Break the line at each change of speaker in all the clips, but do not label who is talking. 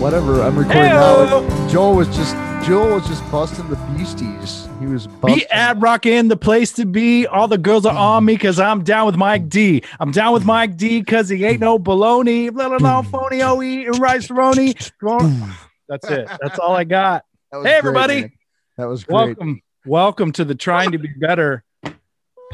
whatever. I'm recording now. Joel was just Joel was just busting the beasties. He was busting.
Be at Rock in the place to be. All the girls are on me because I'm down with Mike D. I'm down with Mike D because he ain't no baloney. Blah, blah,
Hmm.
blah, phony OE and rice roni. That's it. That's all I got.
That was
Hey,
great,
everybody.
Nick. That was great.
Welcome. Welcome to the Trying to Be Better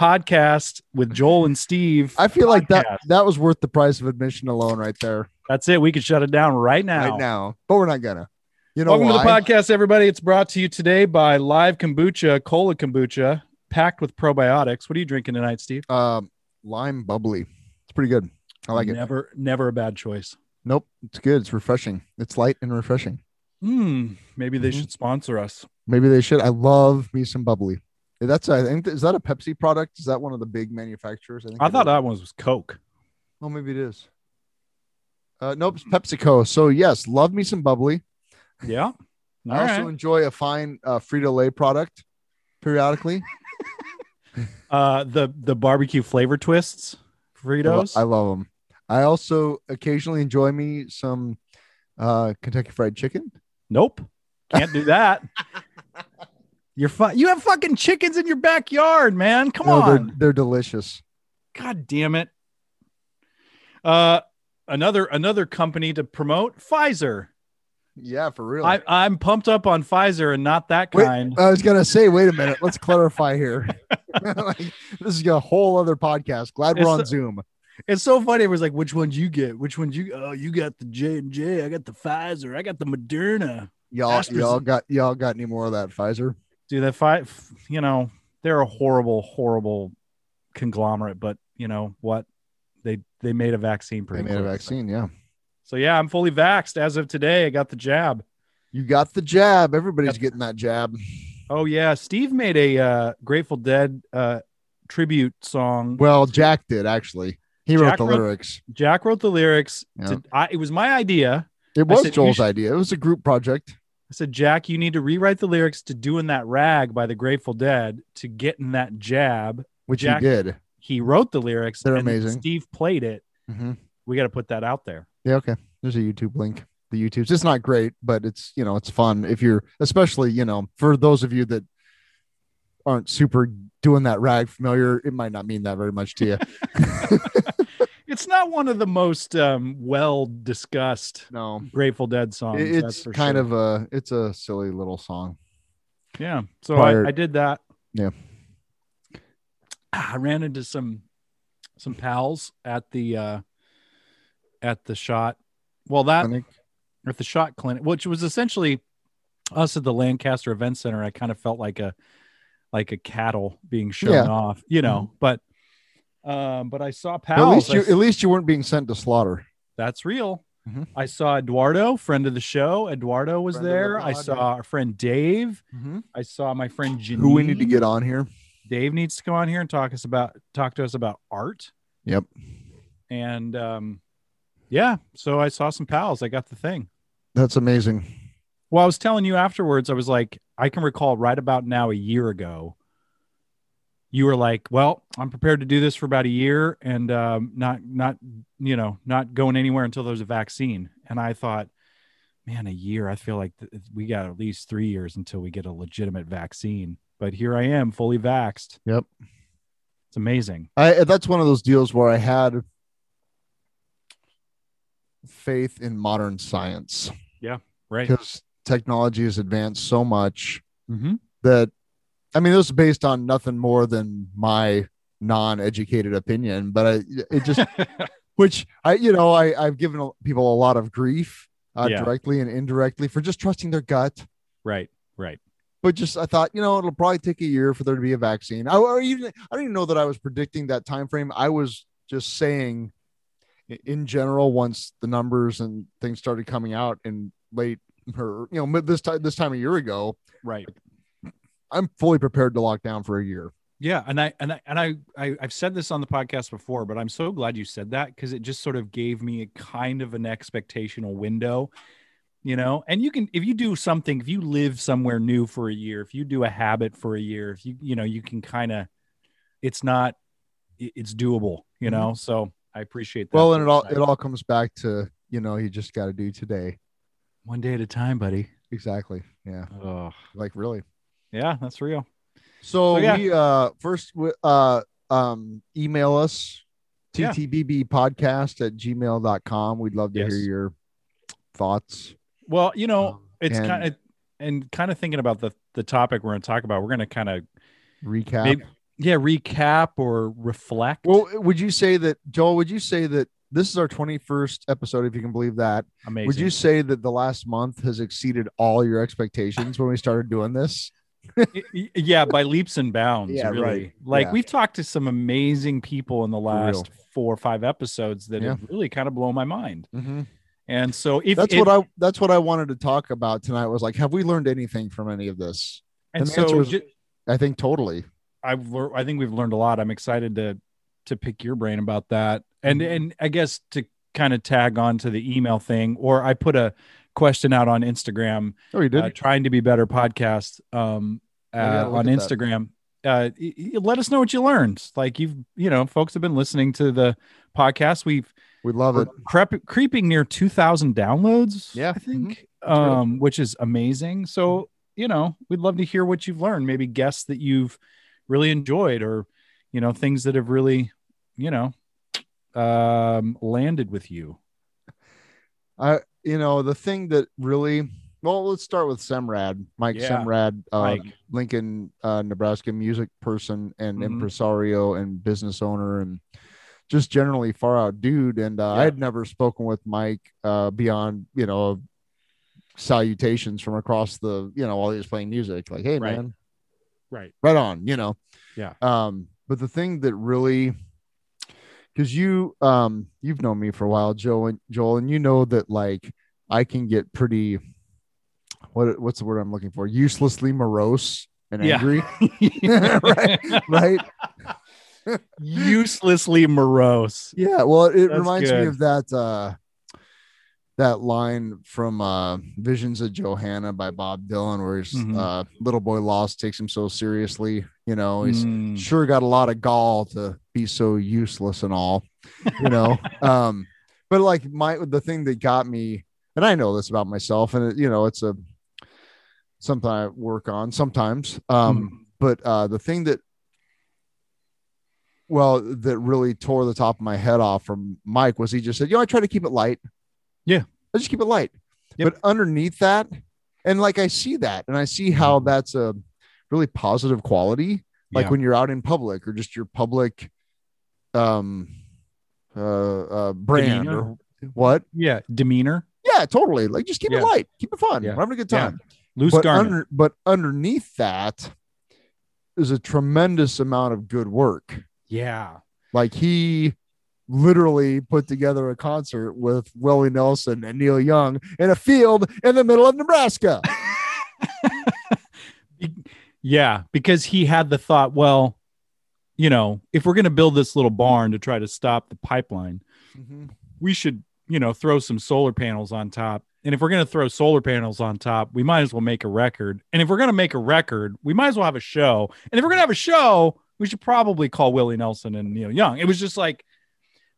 podcast with Joel and Steve.
I feel like that
Podcast.
that was worth the price of admission alone, right there,
That's it. We can shut it down right now.
right now. But we're not gonna. You know
Welcome to
why?
the podcast, everybody. It's brought to you today by Live Kombucha, Cola Kombucha, packed with probiotics. What are you drinking tonight, Steve?
Um, lime bubbly. It's pretty good. I like it.
Never, never a bad choice.
Nope, it's good. It's refreshing. It's light and refreshing.
Hmm. Maybe they
Mhm.
should sponsor us.
Maybe they should. I love me some bubbly. That's I think is that a Pepsi product? Is that one of the big manufacturers? think
I
it
thought
is.
that one was Coke.
Oh, maybe it is. Uh, nope, it's PepsiCo. So yes, love me some bubbly.
Yeah. All
I
right.
also enjoy a fine uh, Frito Lay product periodically.
uh, the the barbecue flavor twists,
I lo-
Fritos.
I love them. I also occasionally enjoy me some uh, Kentucky Fried Chicken.
nope. Can't do that. You're fu- You have fucking chickens in your backyard, man. Come
No,
on.
they're, they're delicious.
God damn it. Uh, another another company to promote Pfizer.
Yeah, for real.
I, I'm pumped up on Pfizer and not that
Wait,
kind.
I was gonna say, wait a minute, let's clarify here. Like, this is a whole other podcast. Glad we're
It's
on
the-
Zoom.
It's so funny. It was like, which one you get? Which one you? Oh, you got the J and J. I got the Pfizer. I got the Moderna.
Y'all,
Astra-
y'all got y'all got any more of that Pfizer?
Dude, that five. You know, they're a horrible, horrible conglomerate. But you know what? They they made a vaccine
They
pretty.
made a
quick.
vaccine, yeah.
So yeah, I'm fully vaxxed as of today. I got the jab.
You got the jab. Everybody's
Yep.
getting that jab.
Oh yeah, Steve made a uh, Grateful Dead uh, tribute song.
Well, Jack did actually. He wrote
Jack
the
wrote-
lyrics.
Jack wrote the lyrics.
Yeah.
To, I, it was my idea.
It was
said, you
Joel's
should-
idea. It was a group project.
I said, Jack, you need to rewrite the lyrics to "Doing That Rag" by the Grateful Dead to get in that jab.
which
Jack-
he did.
He wrote the lyrics.
They're
and then
amazing.
Steve played it.
Mm-hmm.
We got to put that out there.
Yeah, okay. There's a YouTube link. The YouTube's it's not great, but it's you know it's fun if you're especially you know for those of you that aren't super doing that rag familiar, it might not mean that very much to you.
It's not one of the most um, well discussed
no,
Grateful Dead songs.
It-
Um, that's
it's
for
kind
sure.
of a it's a silly little song.
yeah. So
prior-
I, I did that.
Yeah.
Ah, I ran into some some pals at the uh, at the shot. Well, that
I think
at the shot clinic, which was essentially us at the Lancaster Event Center. I kind of felt like a like a cattle being shown
Yeah.
off, you know. But um, but I saw
But at
pals.
least you
I-
at least you weren't being sent to slaughter.
that's real.
Mhm.
I saw Eduardo, friend of the show. Eduardo was
Friend of the
there. I
pod,
saw
yeah.
our friend Dave. I saw my friend Janine.
Who we need to get on here?
Dave needs to come on here and talk us about talk to us about art.
Yep.
And um, yeah, so I saw some pals. I got the thing.
That's amazing.
Well, I was telling you afterwards, I was like, I can recall right about now a year ago, you were like, well, I'm prepared to do this for about a year and um, not, not, you know, not going anywhere until there's a vaccine. And I thought, man, a year, I feel like th- we got at least three years until we get a legitimate vaccine. But here I am fully vaxxed.
Yep.
It's amazing.
I that's one of those deals where I had faith in modern science
Right.
because technology has advanced so much
Mm-hmm.
that I mean this is based on nothing more than my non-educated opinion, but I it just which I you know I I've given a- people a lot of grief uh,
Yeah.
directly and indirectly for just trusting their gut.
right. Right.
But just I thought you know it'll probably take a year for there to be a vaccine. I or even I don't even know that I was predicting that time frame. I was just saying i- in general once the numbers and things started coming out in late or you know mid- this time this time a year ago
Right.
I'm fully prepared to lock down for a year.
Yeah, and I and I and I, I I've said this on the podcast before, but I'm so glad you said that because it just sort of gave me a kind of an expectational window, you know. And you can if you do something, if you live somewhere new for a year, if you do a habit for a year, if you you know you can kind of, it's not, it- it's doable, you
Mhm.
know. So I appreciate that.
Well, and it all it
insight.
all comes back to you know you just got to do today.
One day at a time, buddy.
Exactly. Yeah.
Oh,
Like really.
yeah, that's real. So,
So,
yeah.
we uh first w- uh um email us
Yeah.
ttbb podcast at gmail.com. We'd love to
Yes.
hear your thoughts.
Well, you know,
Um,
it's
and-
kind of and kind of thinking about the the topic we're going to talk about. We're going to kind of
Recap.
Maybe- yeah recap or reflect.
Well, would you say that Joel, would you say that this is our 21st episode if you can believe that?
Amazing.
Would you say that the last month has exceeded all your expectations when we started doing this?
Y- y- yeah, by leaps and bounds.
Yeah,
really.
right.
Like
Yeah.
we've talked to some amazing people in the
real.
last four or five episodes that
Yeah.
have really kind of blown my mind. And so if
That's
Mm-hmm. if-
what I that's what I wanted to talk about tonight was like have we learned anything from any of this?
and
the answer
so
is-
ju-
I think totally.
I've lear- I think we've learned a lot. I'm excited to to pick your brain about that. And
Mhm.
and I guess to kind of tag on to the email thing, or I put a question out on Instagram,
Oh, you did.
uh, trying to be better podcast um
I gotta
uh,
look
on
at that.
Instagram. Uh, y- y- let us know what you learned. Like you've, you know, folks have been listening to the podcast. We've
we love
we're
it.
crep- creeping near 2,000 downloads.
Yeah. mm-hmm.
I think,
really
um, which is amazing. So,
Mm-hmm.
you know, we'd love to hear what you've learned. Maybe guests that you've really enjoyed, or you know, things that have really, you know, um, landed with you.
I you know the thing that really well let's start with Semrad Mike
Yeah.
Semrad uh,
Mike.
Lincoln uh, Nebraska music person and
Mhm.
impresario and business owner and just generally far out dude and uh, I
Yeah.
had never spoken with Mike uh, beyond you know salutations from across the you know while he was playing music like hey
Right.
man
Right.
right on you know
Yeah.
um but the thing that really because you um you've known me for a while joe and joel and you know that like i can get pretty what what's the word i'm looking for uselessly morose and
Yeah.
angry Right. right
Uselessly morose.
yeah well it
That's
reminds me
good.
of that uh that line from uh visions of johanna by bob dylan where he's
Mhm.
uh little boy lost takes him so seriously you know he's
Mm.
sure got a lot of gall to be so useless and all you know um but like my the thing that got me and i know this about myself and it, you know it's a something i work on sometimes um
Mm.
but uh the thing that well that really tore the top of my head off from mike was he just said you know i try to keep it light
Yeah.
i just keep it light
Yep.
but underneath that and like i see that and i see how that's a really positive quality like
Mm-hmm. Yeah.
when you're out in public or just your public um uh, uh brand
Demeanor.
or what
yeah, demeanor,
yeah totally like just keep
Yeah.
it light keep it fun
Yeah.
we're having a good
Yeah.
time
loose
but,
garment.
under, but underneath that is a tremendous amount of good work.
yeah.
Like he literally put together a concert with Willie Nelson and Neil Young in a field in the middle of Nebraska.
Yeah, because he had the thought, well, you know, if we're going to build this little barn to try to stop the pipeline, we should, you know, throw some solar panels on top. And if we're going to throw solar panels on top, we might as well make a record. And if we're going to make a record, we might as well have a show. And if we're going to have a show, we should probably call Willie Nelson and Neil Young. It was just like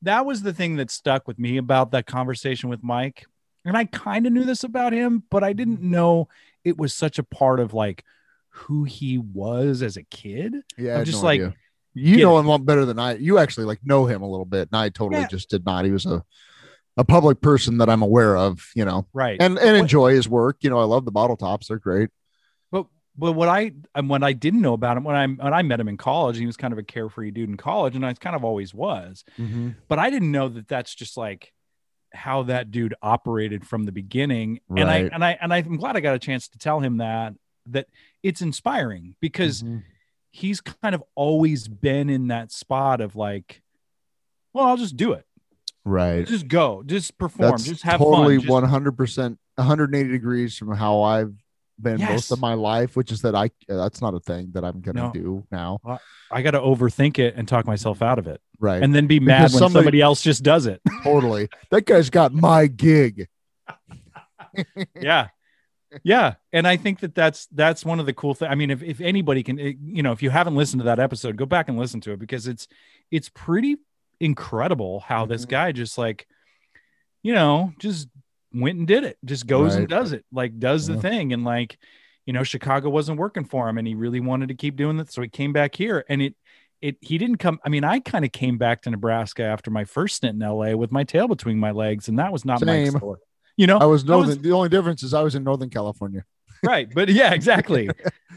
that was the thing that stuck with me about that conversation with Mike. And I kind of knew this about him, but I didn't know it was such a part of like who he was as a kid.
Yeah, I
I'm
had
just
no
like,
idea. you
get
know him a lot better than I. You actually like know him a little bit, and I totally
Yeah.
just did not. He was a a public person that I'm aware of, you know,
Right.
and and
What-
enjoy his work. You know, I love the bottle tops; they're great.
But but what I and what I didn't know about him when I when I met him in college, he was kind of a carefree dude in college, and I kind of always was. But I didn't know that that's just like how that dude operated from the beginning. And I
Right.
and I and I'm glad I got a chance to tell him that that it's inspiring because
Mhm.
he's kind of always been in that spot of like, well, I'll just do it,
right.
just go, just perform,
That's
just have
totally
fun. just-
one hundred percent, one hundred eighty degrees from how I've been
Yes.
most of my life, which is that I that's not a thing that I'm gonna
No.
do now,
I got to overthink it and talk myself out of it,
right?
and then be mad
Because
when
somebody-
somebody else just does it.
totally, that guy's got my gig.
yeah yeah and i think that that's that's one of the cool things i mean if, if anybody can eh, you know if you haven't listened to that episode go back and listen to it because it's it's pretty incredible how this
Mhm.
guy just like you know just went and did it, just goes and
Right.
does it, like does the
Yeah.
thing. And like, you know, Chicago wasn't working for him and he really wanted to keep doing it. So he came back here and it, it, he didn't come. I mean, I kind of came back to Nebraska after my first stint in LA with my tail between my legs, and that was not Mike's
Same.
story. You know,
I was
I was-
northern. the only difference is I was in Northern California.
right but yeah exactly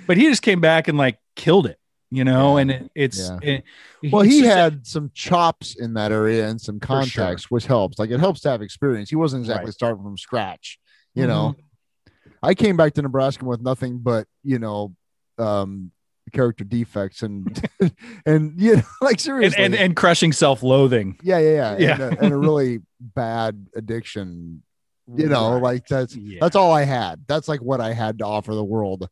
but he just came back and like killed it you know
Yeah.
and it, it's it-
Well, he
it's just-
had some chops in that area and some
sure.
contacts, which helps. Like it helps to have experience. He wasn't exactly
Right. Mm-hmm.
starting from scratch. You know, I came back to Nebraska with nothing but you know, um, character defects and and you know, like
and,
seriously,
and and crushing self-loathing
yeah, yeah, yeah, And,
Yeah.
a, and a really bad addiction. You know,
Right.
like that's
Yeah.
that's all I had. That's like what I had to offer the world.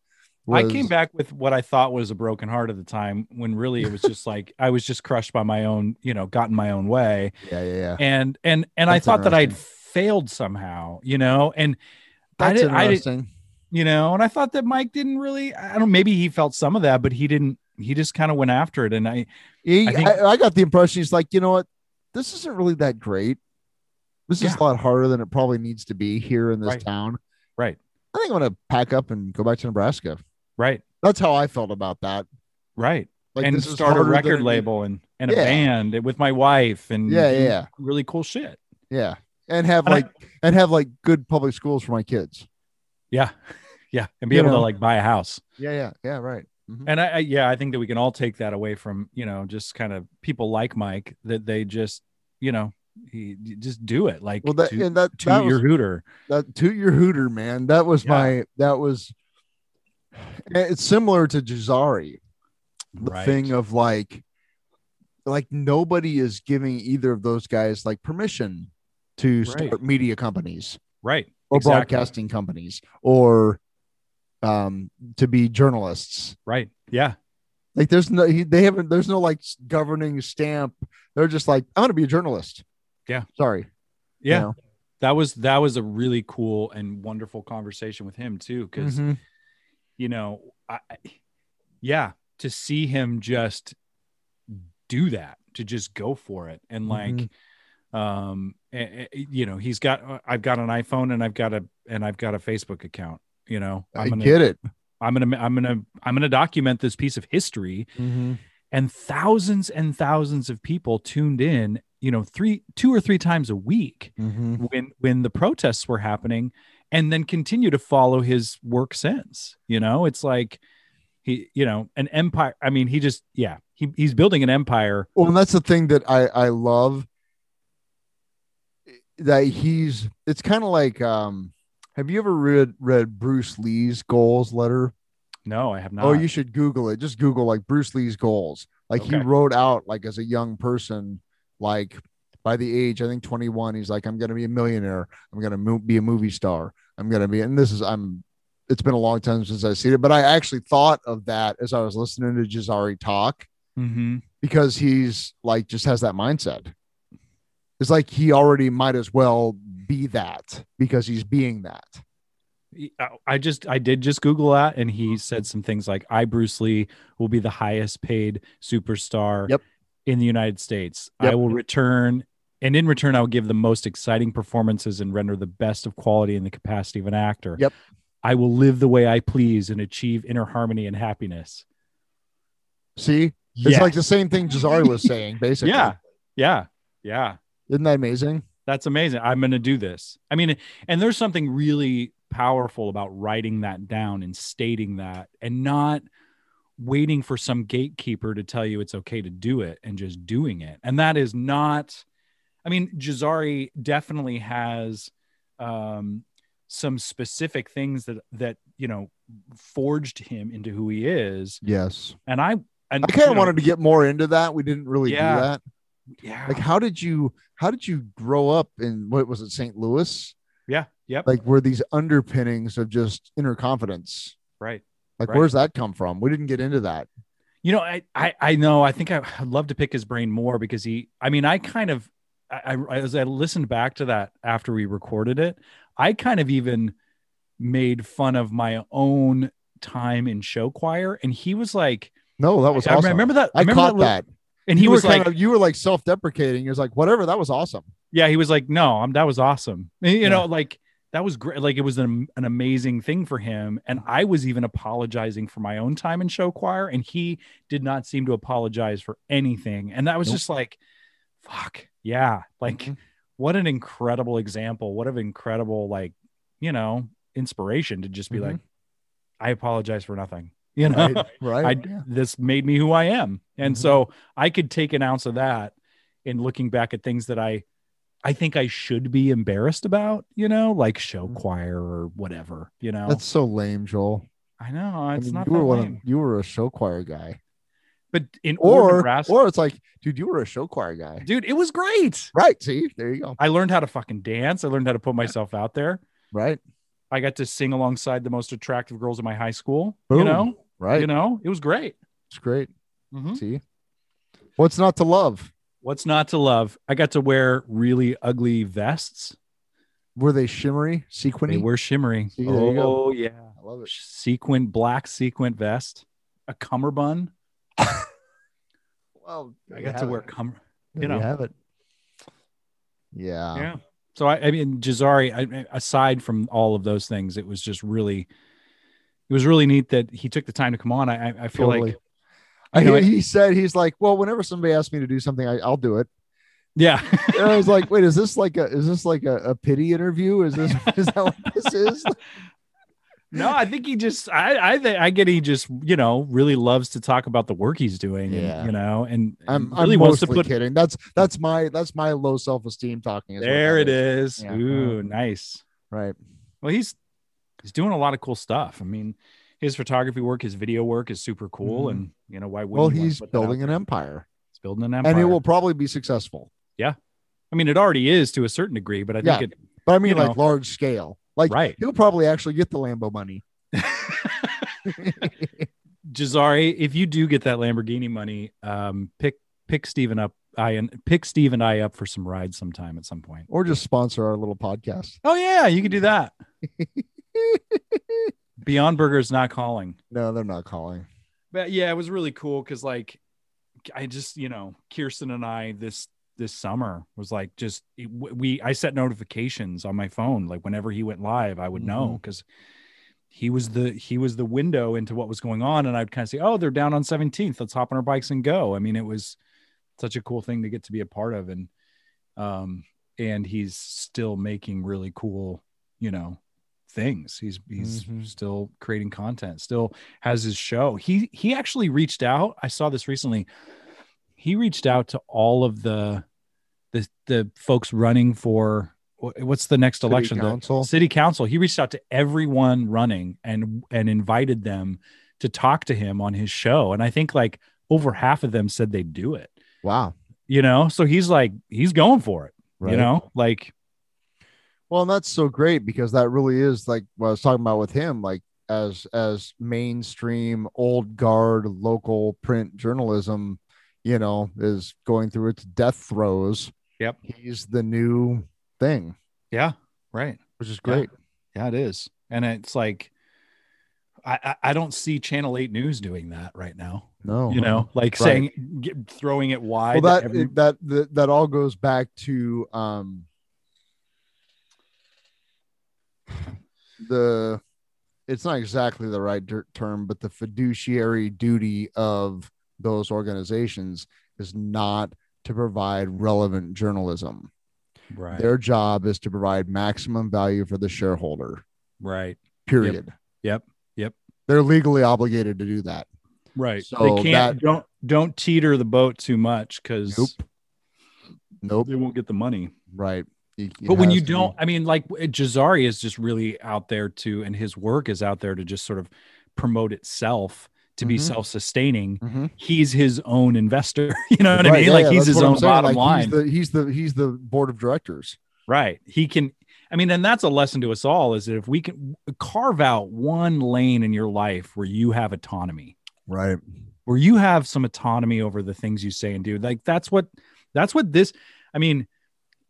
i
was-
came back with what i thought was a broken heart at the time when really it was just like i was just crushed by my own you know got in my own way
Yeah, yeah, yeah.
and and and
That's
i thought that i'd
interesting.
failed somehow you know and i
That's
didn't i didn't
interesting.
you know and i thought that mike didn't really i don't maybe he felt some of that but he didn't he just kind of went after it and i
He,
I
I,
think-
I, got the impression he's like, you know what? This isn't really that great. This is
Yeah.
a lot harder than it probably needs to be here in this
Right.
town.
Right.
I think I'm going to pack up and go back to Nebraska.
right
That's how I felt about that.
right
Like,
and
this is
start a
harder than
record
it-
label and and a
Yeah.
band with my wife and
Yeah,
do
yeah, yeah.
really cool shit.
Yeah. And have
And I-
like, and have like good public schools for my kids.
Yeah, yeah, and be
You
able to
know.
like buy a house.
Yeah. Yeah. Yeah. Right. Mhm.
And I, I yeah, I think that we can all take that away from you know just kind of people like Mike that they just you know he just do it like
Well, that,
to,
and that,
to
that
your
was
hooter.
that to your hooter man that was
Yeah.
my that was it's similar to jazari the
Right.
thing of like like nobody is giving either of those guys like permission to start
Right.
media companies
right
or
Exactly.
broadcasting companies or um to be journalists
right yeah
like there's no he, they haven't there's no like s- governing stamp they're just like i'm gonna be a journalist
Yeah.
sorry
yeah that was that was a really cool and wonderful conversation with him too because
because
you know, I, I- yeah, to see him just do that, to just go for it, and
Mm-hmm.
like, um, eh, eh, you know, he's got, uh, I've got an iPhone and I've got a and I've got a Facebook account. You know,
i
I'm gonna,
get it
I'm gonna, I'm gonna, I'm gonna document this piece of history, and thousands and thousands of people tuned in. You know, three, two or three times a week
Mhm.
when when the protests were happening and then continue to follow his work since you know it's like he you know an empire i mean he just yeah he, he's building an empire
Well, and that's the thing that I I love that he's it's kind of like um have you ever read read Bruce Lee's goals letter?
no i have not
Oh, you should Google it. Just Google like Bruce Lee's goals. Like he
Okay.
wrote out like as a young person, like by the age I think 21, he's like I'm gonna be a millionaire. I'm gonna mo- be a movie star. I'm gonna be and this is I'm. It's been a long time since I've seen it, but I actually thought of that as I was listening to Jazari talk
hmm
because he's like just has that mindset. It's like he already might as well be that because he's being that.
i just i did just google that and
Mm-hmm.
he said some things like i bruce lee will be the highest paid superstar
Yep.
in the united states i
Yep.
will return and in return i will give the most exciting performances and render the best of quality in the capacity of an actor
Yep.
i will live the way i please and achieve inner harmony and happiness
See, it's like the same thing Jazari was saying, basically.
yeah yeah yeah
Isn't that amazing?
that's amazing i'm gonna do this i mean and there's something really powerful about writing that down and stating that and not waiting for some gatekeeper to tell you it's okay to do it and just doing it and that is not i mean jazari definitely has um some specific things that that you know forged him into who he is
Yes.
and i and
I kind
you
of
know,
wanted to get more into that. We didn't really
Yeah.
do that.
yeah
Like, how did you how did you grow up in what was it, St. Louis?
yeah yep
Like were these underpinnings of just inner confidence?
right
Like,
Right.
where's that come from? We didn't get into that.
You know, I I, I know. I think I, I'd love to pick his brain more because he. I mean, I kind of, I, I as I listened back to that after we recorded it, I kind of even made fun of my own time in show choir, and he was like,
No, that was
I,
awesome.
remember that.
I
remember
caught
li-
that.
and he
You
was
were
like,
kind of, you were like self-deprecating. He was like, whatever, that was awesome.
yeah, he was like, no, I'm that was awesome. You
Yeah.
know, like that was great. Like it was an, an amazing thing for him. And I was even apologizing for my own time in show choir. And he did not seem to apologize for anything. And that was
Nope.
just like, fuck. Yeah. Like
Mhm.
what an incredible example. What an incredible, like, you know, inspiration to just be
Mhm.
like, I apologize for nothing. You know,
right, right.
I,
yeah.
this made me who I am. And
Mhm.
so I could take an ounce of that in looking back at things that I I think I should be embarrassed about, you know, like show
Mhm.
choir or whatever, you know.
That's so lame, Joel.
I know
I
it's
mean,
not
you were
that
one of-
lame.
you were a show choir guy,
but in
or
order, Rascal,
or it's like, dude, you were a show choir guy,
dude, it was great.
right? See, there you go,
I learned how to fucking dance. I learned how to put myself out there.
right,
I got to sing alongside the most attractive girls in my high school. You
Boom.
know,
right.
you know, Hmm? it was great.
it's great. See, what's not to love?
What's not to love? I got to wear really ugly vests.
Were they shimmery,
They
sequiny?
were shimmery.
See, there you go.
oh yeah,
I love it.
sequin black sequin vest, a cummerbund.
Well, there
I
you
got to
have it.
wear cum.
There
you know.
have it. Yeah.
yeah. So I, I mean, Jazari. I- I, aside from all of those things, it was just really, it was really neat that he took the time to come on. I, I, I feel
Totally.
like, you know,
I- he said he's like, well, whenever somebody asks me to do something, I, I'll do it.
yeah,
And I was like, wait, is this like a is this like a, a pity interview? Is this is that what this is?
No, I think he just I I think I get he just you know really loves to talk about the work he's doing. and,
Yeah.
you know, and
I'm,
and really
I'm
wants to
mostly
put.
kidding. That's that's my that's my low self esteem talking. what
There
that
it is.
Yeah.
Ooh, nice.
Right.
Well, he's he's doing a lot of cool stuff. I mean, his photography work, his video work is super cool,
Mhm.
and you know why wouldn't?
Well,
you wanna
he's
put that out
building an
there?
empire,
He's building an
and
empire,
it will probably be successful.
I mean, it already is to a certain degree, but I think
Yeah.
it
But I mean,
You
like
know.
large scale. Like
right.
he'll probably actually get the Lambo money.
Jazari, if you do get that Lamborghini money, um, pick pick Steven up. I and pick Steve and I up for some rides sometime at some point.
or just sponsor our little podcast.
Oh yeah, you could do that. Beyond Burger's not calling.
No, they're not calling.
But yeah, it was really cool because like I just, you know, Kirsten and I this this summer was like just it- we I set notifications on my phone. Like whenever he went live, I would know because he was the he was the window into what was going on. And I'd kind of say, Oh, they're down on 17th. Let's hop on our bikes and go. I mean, it was such a cool thing to get to be a part of. And um and he's still making really cool, you know, things. He's he's
Mhm.
still creating content, still has his show. He he actually reached out. I saw this recently. He reached out to all of the the the folks running for wh- what's the next
City
election? The-
council.
city council he reached out to everyone running and and invited them to talk to him on his show and i think like over half of them said they'd do it
Wow.
you know so he's like he's going for it
Right.
you know like
Well, and that's so great because that really is like what I was talking about with him, like as as mainstream old guard local print journalism, you know, is going through its death throes.
Yep.
He's the new thing,
yeah right
which is great.
yeah it is and it's like I, I I don't see Channel Eight News doing that right now.
No.
You know, like
Uh-huh. Right.
saying, get, throwing it wide.
Well, that
to every-
that, that that all goes back to um the it's not exactly the right dir- term, but the fiduciary duty of those organizations is not to provide relevant journalism.
right,
Their job is to provide maximum value for the shareholder.
right,
Period.
Yep. Yep.
They're legally obligated to do that.
right.
So
they can't
that-
don't don't teeter the boat too much because
Nope. Nope.
they won't get the money.
Right. It- it
but when
has
you
to be-
don't, I mean, like Jazari is just really out there to, and his work is out there to just sort of promote itself to be
Mhm.
self-sustaining.
Mhm.
He's his own investor. You know what I
Right,
mean?
yeah,
like
yeah,
he's
that's
his
what I'm
own
saying,
bottom
like,
line.
He's the, he's the he's the board of directors.
Right. He can, I mean, and that's a lesson to us all is that if we can carve out one lane in your life where you have autonomy,
Right.
where you have some autonomy over the things you say and do, like that's what, that's what this, I mean,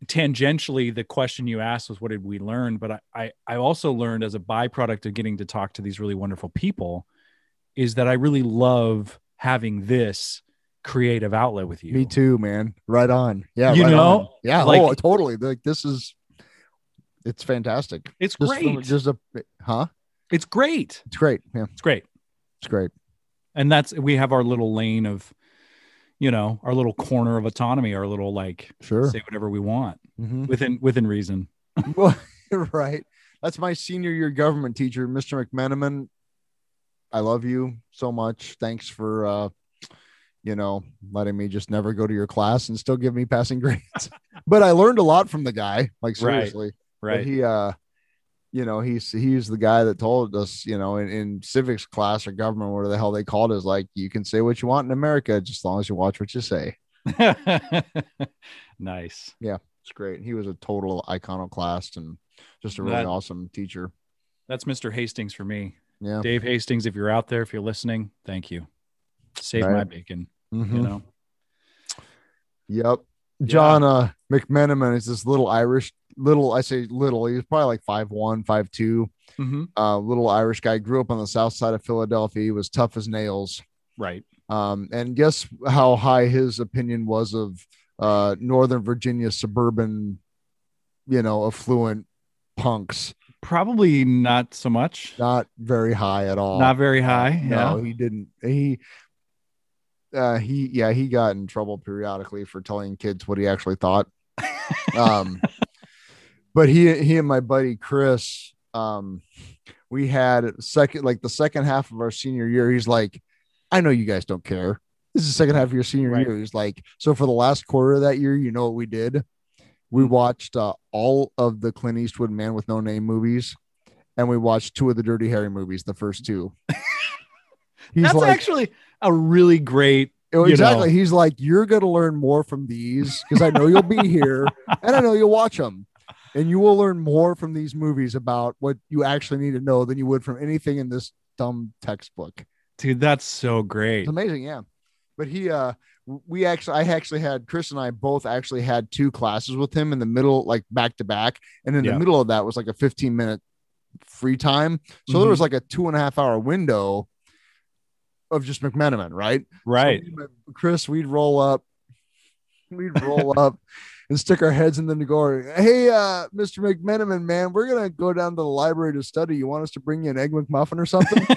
tangentially, the question you asked was what did we learn? But I, I, I also learned as a byproduct of getting to talk to these really wonderful people is that I really love having this creative outlet with you.
Me too, man. Right on. Yeah.
You
right
know,
on. Yeah.
like-
oh, totally. Like this is it's fantastic.
It's
Just,
great.
just a huh?
it's great.
It's great. Yeah,
It's great.
it's great.
And that's we have our little lane of, you know, our little corner of autonomy, our little like
Sure.
say whatever we want
hmm
within within reason.
well, right. That's my senior year government teacher, Mr. McMenamin. I love you so much. Thanks for, uh, you know, letting me just never go to your class and still give me passing grades. but I learned a lot from the guy. Like
Right,
seriously, But he, uh, you know, he's he's the guy that told us, you know, in, in civics class or government, whatever the hell they called it, is like you can say what you want in America just as long as you watch what you say.
nice.
It's great. He was a total iconoclast and just a really
That-
awesome teacher.
That's Mr. Hastings for me.
Yeah.
Dave Hastings, if you're out there, if you're listening, thank you. Save my
Right.
bacon,
Mhm.
you know.
Yep.
Yeah.
John uh, McMenamin is this little Irish, little, I say little, he was probably like 5'1, 5'2,
Mhm.
uh, little Irish guy, grew up on the south side of Philadelphia. He was tough as nails.
Right.
Um, and guess how high his opinion was of uh, Northern Virginia suburban, you know, affluent punks?
Probably not so much.
Not very high at all.
Not very high.
No, he didn't. He, uh, he, yeah, he got in trouble periodically for telling kids what he actually thought. um, but he, he and my buddy Chris, um, we had second, like the second half of our senior year. He's like, I know you guys don't care. This is the second half of your senior
Right.
year. He's like, so for the last quarter of that year, you know what we did? We
Mm-hmm.
watched uh, all of the Clint Eastwood Man with No Name movies, and we watched two of the Dirty Harry movies, the first two. He's
That's
like,
actually a really great
Oh,
you
exactly.
know.
He's like, you're going to learn more from these because I know you'll be here and I know you'll watch them. And you will learn more from these movies about what you actually need to know than you would from anything in this dumb textbook.
dude. That's so great.
It's amazing. Yeah. But he, uh, we actually, I actually had Chris and I both actually had two classes with him in the middle, like back to back. And in
Yeah.
the middle of that was like a 15 minute free time. So
Mm-hmm.
there was like a two and a half hour window of just McMenamin, right? So
Right.
me and my- Chris, we'd roll up, we'd roll up and stick our heads in the door. Hey, uh, Mr. McMenamin, man, we're gonna go down to the library to study. You want us to bring you an egg McMuffin or something?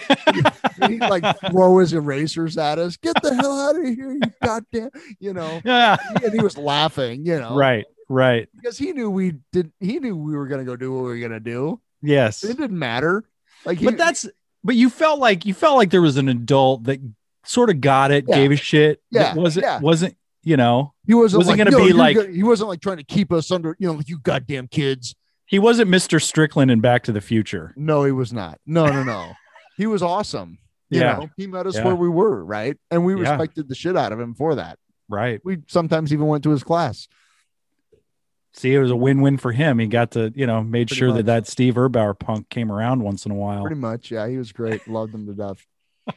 And he'd like throw his erasers at us. Get the hell out of here, you goddamn, you know.
yeah.
And he was laughing, you know,
Right. Right.
Because he knew we did. He knew we were gonna go do what we were gonna do.
Yes.
It didn't matter. Like, he,
but that's but you felt like you felt like there was an adult that sort of got it,
Yeah.
gave a shit.
Yeah,
that wasn't
yeah.
wasn't you know
he wasn't,
wasn't
like,
gonna
"Yo,
be
you're
like-
gonna-" he wasn't like trying to keep us under, you know, you goddamn kids.
he wasn't Mr. Strickland in Back to the Future.
No, he was not. No, no, no. he was awesome. You
Yeah.
know, he met us
Yeah.
where we were, right? And we
Yeah.
respected the shit out of him for that.
Right.
We sometimes even went to his class.
See, it was a win-win for him. He got to you know made
Pretty
sure
much.
that that Steve Erbauer punk came around once in a while.
Pretty much. Yeah, he was great. Loved him to death.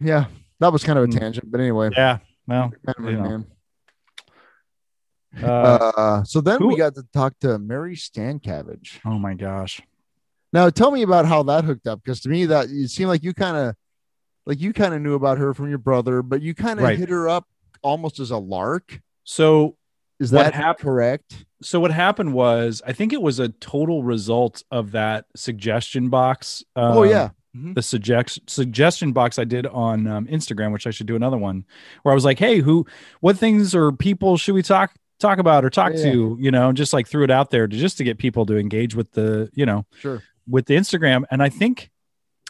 yeah. That was kind of a
Mm.
tangent, but anyway.
Yeah. Well.
Kind of a
you know.
man.
Uh,
Uh, so then we
who-
got to talk to Mary Stancavage.
oh my gosh.
Now tell me about how that hooked up because to me that it seemed like you kind of like you kind of knew about her from your brother, but you kind of
Right.
hit her up almost as a lark.
So
Is
What
that
hap-
correct?
so what happened was I think it was a total result of that suggestion box.
oh
um,
yeah.
the suggest- suggestion box I did on um, Instagram, which I should do another one, where I was like, "Hey, who, what things or people should we talk talk about or talk
Yeah, yeah.
to?" You know, and just like threw it out there to just to get people to engage with the, you know,
Sure.
with the Instagram. And I think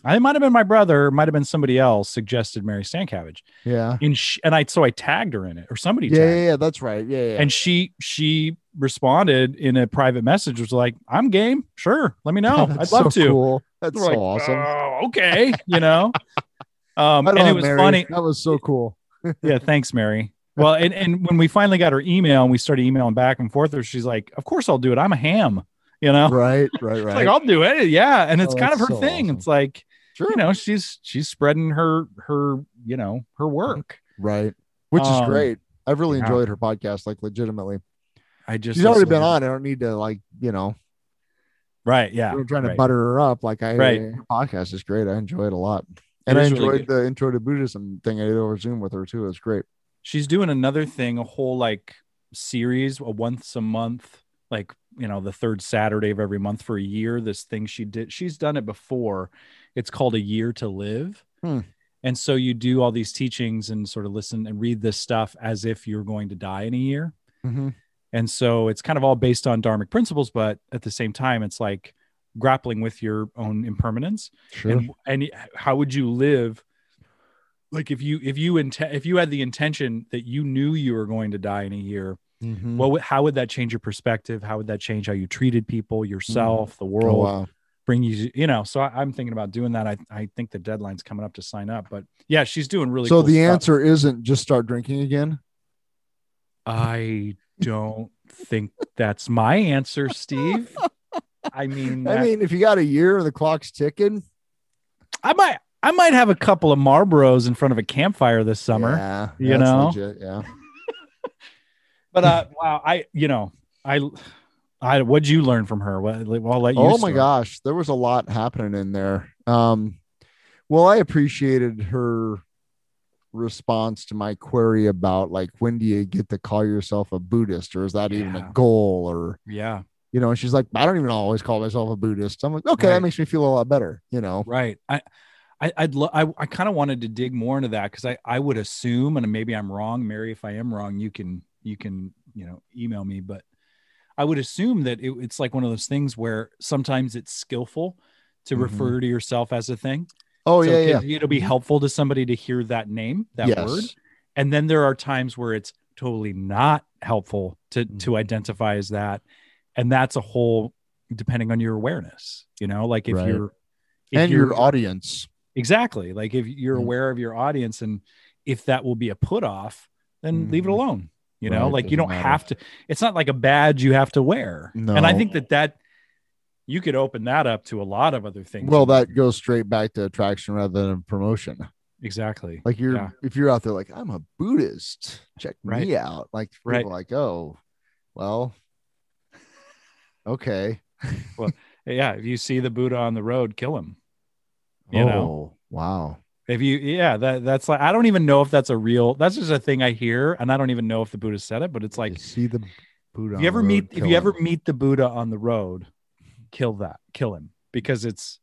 I might have been my brother, might have been somebody else suggested Mary Stankavage,
Yeah.
and she, and I so I tagged her in it or somebody
Yeah,
tagged,
yeah, yeah, that's right. Yeah, yeah.
and she she responded in a private message was like, "I'm game, sure, let me know, I'd
That's
love
so
to."
Cool. That's
We're
so
like,
awesome.
"Oh, okay, you know. Um,
I
and it
love
was
Mary.
funny.
That was so cool.
Yeah, thanks, Mary. Well, and, and when we finally got her email and we started emailing back and forth, she's like, "Of course I'll do it. I'm a ham." You know,
Right, right,
It's
right.
like I'll do it. Yeah, and it's
Oh,
kind of her
that's so
thing.
awesome.
It's like
sure.
you know, she's she's spreading her her you know her work.
Right. Which is
Um,
great. I've really
yeah.
enjoyed her podcast, like legitimately.
I just
She's already been on. I don't need to like, you know,
right? Yeah,
we're trying to
right.
butter her up. Like I
Right.
her podcast is great. I enjoy it a lot. And I
is really
enjoyed the intro to Buddhism thing I did over Zoom with her too. It was great.
she's doing another thing, a whole like series, a once a month like you know the third Saturday of every month for a year. This thing she did, she's done it before. It's called a year to live.
Hmm.
And so you do all these teachings and sort of listen and read this stuff as if you're going to die in a year. Mm-hmm.
Mhm.
And so it's kind of all based on dharmic principles, but at the same time, it's like grappling with your own impermanence
Sure.
and, and how would you live? Like if you, if you, inte- if you had the intention that you knew you were going to die in a year,
Mhm.
what would how would that change your perspective? How would that change how you treated people, yourself, the
oh,
world,
wow.
bring you, you know? So I, I'm thinking about doing that. I, I think the deadline's coming up to sign up, but yeah, she's doing really
so
cool
the
stuff.
answer isn't just start drinking again.
I don't think that's my answer, Steve. I mean,
I
that-
mean, if you got a year and the clock's ticking,
I might, I might have a couple of Marlboros in front of a campfire this summer.
yeah,
you
that's
know?
legit, yeah.
But uh, wow, I, you know, I, I, what'd you learn from her? What, I'll let you.
Oh my
start.
gosh, there was a lot happening in there. Um, well, I appreciated her response to my query about like when do you get to call yourself a Buddhist or is that even a
Yeah.
goal or
Yeah,
you know? And she's like, I don't even always call myself a Buddhist. I'm like, okay,
Right.
that makes me feel a lot better. You know?
right. I, I, I'd, lo- I, I kind of wanted to dig more into that because I, I would assume, and maybe I'm wrong, Mary. If I am wrong, you can, you can, you know, email me. But I would assume that it, it's like one of those things where sometimes it's skillful to
Mhm.
refer to yourself as a thing.
Oh
So
yeah,
it
yeah.
could- It'll be helpful to somebody to hear that name, that
yes.
word. And then there are times where it's totally not helpful to
Mm-hmm.
to identify as that. And that's a whole depending on your awareness, you know, like if
Right.
you're if
And
you're
your audience.
exactly like if you're
Mhm.
aware of your audience and if that will be a put off, then leave it
Mhm.
alone. You know,
Right,
like you
doesn't
don't
matter.
have to, it's not like a badge you have to wear. And I
No.
think that that you could open that up to a lot of other things.
Well, that goes straight back to attraction rather than promotion.
exactly.
Like you're
Yeah.
if you're out there like I'm a Buddhist, check
Right.
me out. Like people
Right.
are like, oh, well, okay.
Yeah. If you see the Buddha on the road, kill him. You
oh,
know?
wow.
If you, yeah, that that's like I don't even know if that's a real. That's just a thing I hear, and I don't even know if the Buddha said it, but it's
You
like
see the
if
Buddha. on
you
the
ever
road,
meet if
kill
you ever
him.
meet the Buddha on the road, kill that, kill him because it's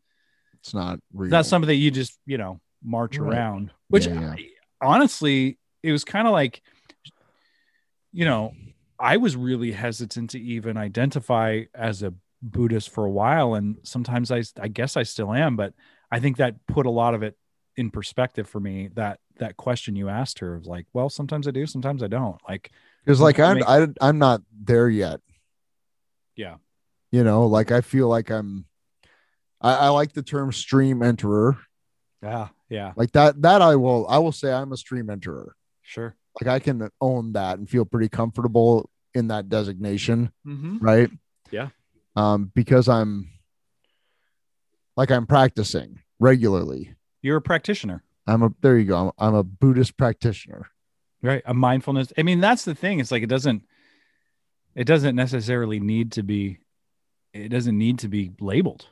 it's not real.
not something that you just you know march
Right.
around. Which
Yeah, yeah.
I- honestly, it was kind of like, you know, I was really hesitant to even identify as a Buddhist for a while, and sometimes I I guess I still am, but I think that put a lot of it in perspective for me. That that question you asked her of like, well, sometimes I do, sometimes I don't. Like,
because like I'm
make-
I, I'm not there yet.
Yeah.
You know, like I feel like I'm. I, I like the term stream enterer.
yeah, "Ah, yeah,
Like that. That I will. I will say I'm a stream enterer.
sure.
Like I can own that and feel pretty comfortable in that designation.
Mm-hmm.
right?
Yeah.
Um, because I'm like I'm practicing regularly.
You're a practitioner.
I'm a there you go. I'm, I'm a Buddhist practitioner.
right a mindfulness i mean that's the thing it's like it doesn't it doesn't necessarily need to be it doesn't need to be labeled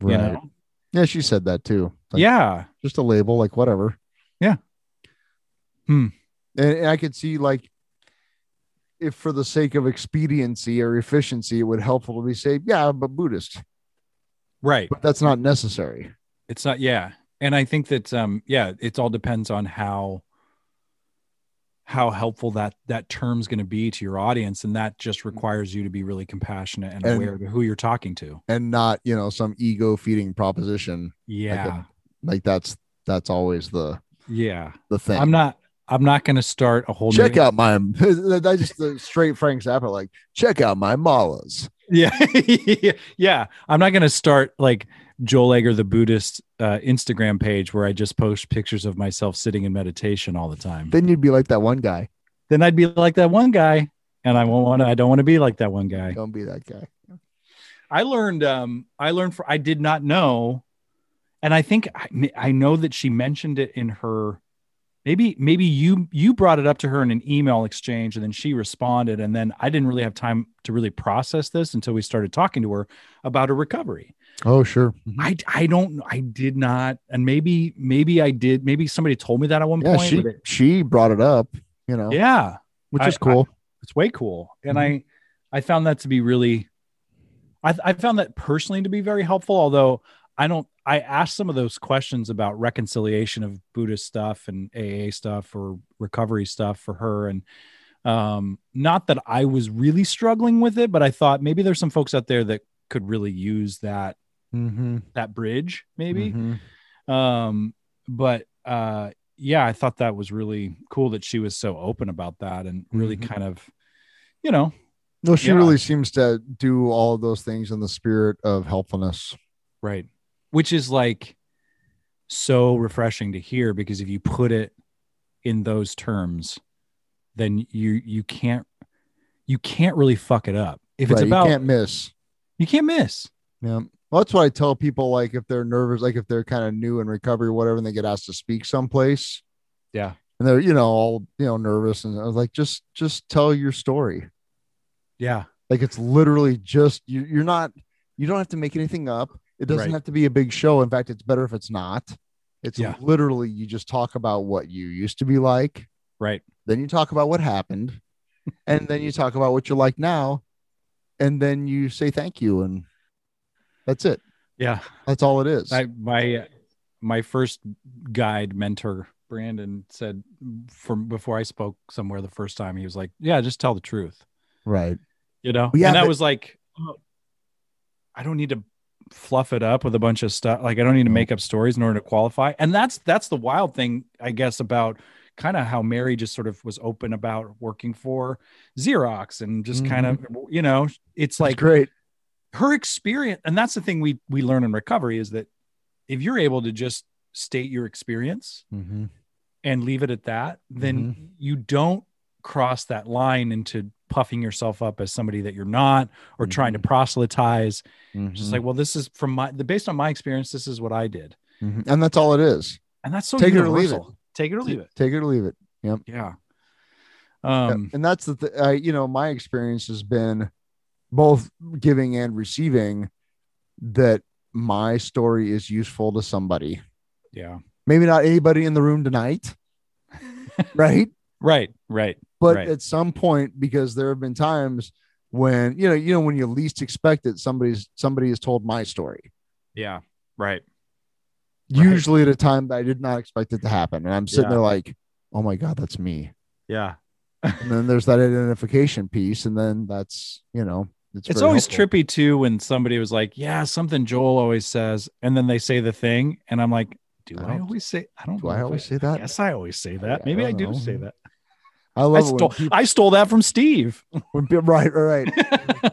Right.
you know
Yeah, she said that too. Like,
yeah
Just a label, like whatever.
Yeah. Hmm.
And, and I could see like if for the sake of expediency or efficiency, it would helpful to be say, yeah, I'm a Buddhist,
right
but that's not necessary.
it's not yeah and i think that um yeah it all depends on how how helpful that that term's going to be to your audience and that just requires you to be really compassionate and,
Mm-hmm. And-
aware of who you're talking to
And not, you know, some ego feeding proposition.
yeah
Like that's that's always the
yeah
the thing.
i'm not i'm not going to start a whole new-
check out my that's just the straight Frank Zappa like check out my malas.
Yeah. yeah. I'm not going to start like Joel Egger, the Buddhist uh, Instagram page where I just post pictures of myself sitting in meditation all the time.
Then you'd be like that one guy.
Then I'd be like that one guy. And I won't want to, I don't want to be like that one guy.
Don't be that guy.
I learned, um, I learned for, I did not know. And I think I, I know that she mentioned it in her, maybe, maybe you, you brought it up to her in an email exchange and then she responded. And then I didn't really have time to really process this until we started talking to her about her recovery.
Oh sure. Mhm.
I I don't I did not and maybe maybe I did maybe somebody told me that at one
Yeah,
point.
she
but it-
she brought it up, you know,
yeah,
which
I-
is cool.
it's way cool. And
Mhm.
I I found that to be really I, I found that personally to be very helpful. Although I don't, I asked some of those questions about reconciliation of Buddhist stuff and AA stuff or recovery stuff for her, and um, not that I was really struggling with it, but I thought maybe there's some folks out there that could really use that
Mm-hmm.
that bridge, maybe. Um, but uh, yeah, I thought that was really cool that she was so open about that and really
Mhm.
kind of, you know,
No, she
Yeah.
really seems to do all of those things in the spirit of helpfulness.
Right. Which is like so refreshing to hear because if you put it in those terms, then you you can't you can't really fuck it up. If it's
Right,
about
you can't miss.
miss.
Yeah. Well, that's what I tell people. Like, if they're nervous, like if they're kind of new in recovery, or whatever, and they get asked to speak someplace,
Yeah.
and they're you know all you know nervous, and I was like, just just tell your story.
Yeah.
Like, it's literally just you. You're not. You don't have to make anything up. It doesn't
Right.
have to be a big show. In fact, it's better if it's not. It's
Yeah.
literally you just talk about what you used to be like.
Right.
then you talk about what happened and then you talk about what you're like now and then you say thank you and that's it
Yeah.
that's all it is
I, my my first guide mentor Brandon said from before I spoke somewhere the first time he was like, "Yeah, just tell the truth."
right
you know
Yeah,
and i
but-
was like oh, i don't need to fluff it up with a bunch of stuff like i don't need to make up stories in order to qualify and that's that's the wild thing i guess about kind of how mary just sort of was open about working for xerox and just kind of
Mm-hmm.
you know it's
like
like
great
her experience and that's the thing we we learn in recovery is that if you're able to just state your experience and leave it at that, then
Mm-hmm.
you don't cross that line into puffing yourself up as somebody that you're not or trying
Mm-hmm.
to proselytize. Just like, well, this is from my the based on my experience, this is what I did.
Mhm. and that's all it is
And that's so
Take it or leave
universal. Take it or leave it.
take it or leave it
Yeah.
Yeah,
Um
and that's the th- uh, you know my experience has been both giving and receiving that my story is useful to somebody
yeah.
maybe not anybody in the room tonight right
Right, right.
but
Right.
at some point because there have been times when you know you know when you least expect it somebody's somebody has told my story
Yeah. Right. Right.
usually at a time that i did not expect it to happen and i'm sitting
Yeah.
there like oh my god that's me
Yeah.
and then there's that identification piece and then that's you know it's,
It's
very
always
helpful.
trippy too when somebody was like, Yeah, something Joel always says, and then they say the thing, and I'm like, Do
I
I,
don't-
always say I don't
do i
know if
always say that
Yes, I always say that.
I
Maybe I,
don't
do
know.
say that.
i
I
love it
stole,
when people,
I stole that from Steve.
when people- right right right.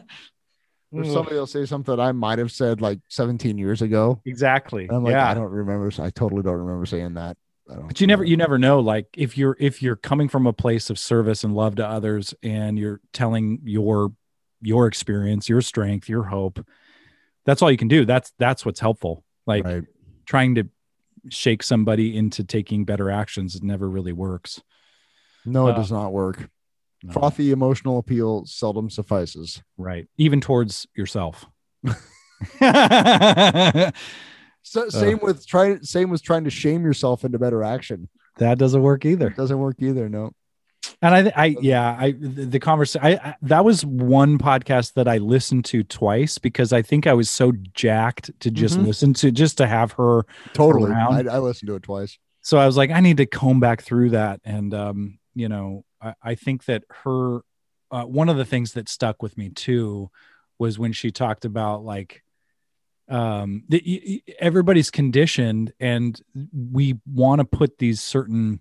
or
Ugh.
somebody will say something i might have said like 17 years ago
exactly.
and i'm like
yeah.
i don't remember so i totally don't remember saying that I don't
but you never
remember.
you never know like if you're if you're coming from a place of service and love to others and you're telling your your experience, your strength, your hope. That's all you can do. That's that's what's helpful. Like
right
trying to shake somebody into taking better actions never really works.
no it
uh,
does not work
No.
frothy emotional appeal seldom suffices.
Right. Even towards yourself. that Uh.
So, same with try same with trying to shame yourself into better action.
doesn't work either.
Doesn't work either. No.
And I, I, yeah, I, the, the conversation, I, I, that was one podcast that I listened to twice because I think I was so jacked to just
Mhm.
listen to, just to have her.
Totally. I,
Around.
I listened to it twice.
So I was like, I need to comb back through that. And, um, you know, I, I think that her, uh, one of the things that stuck with me too was when she talked about like, um, that y- y- everybody's conditioned and we want to put these certain,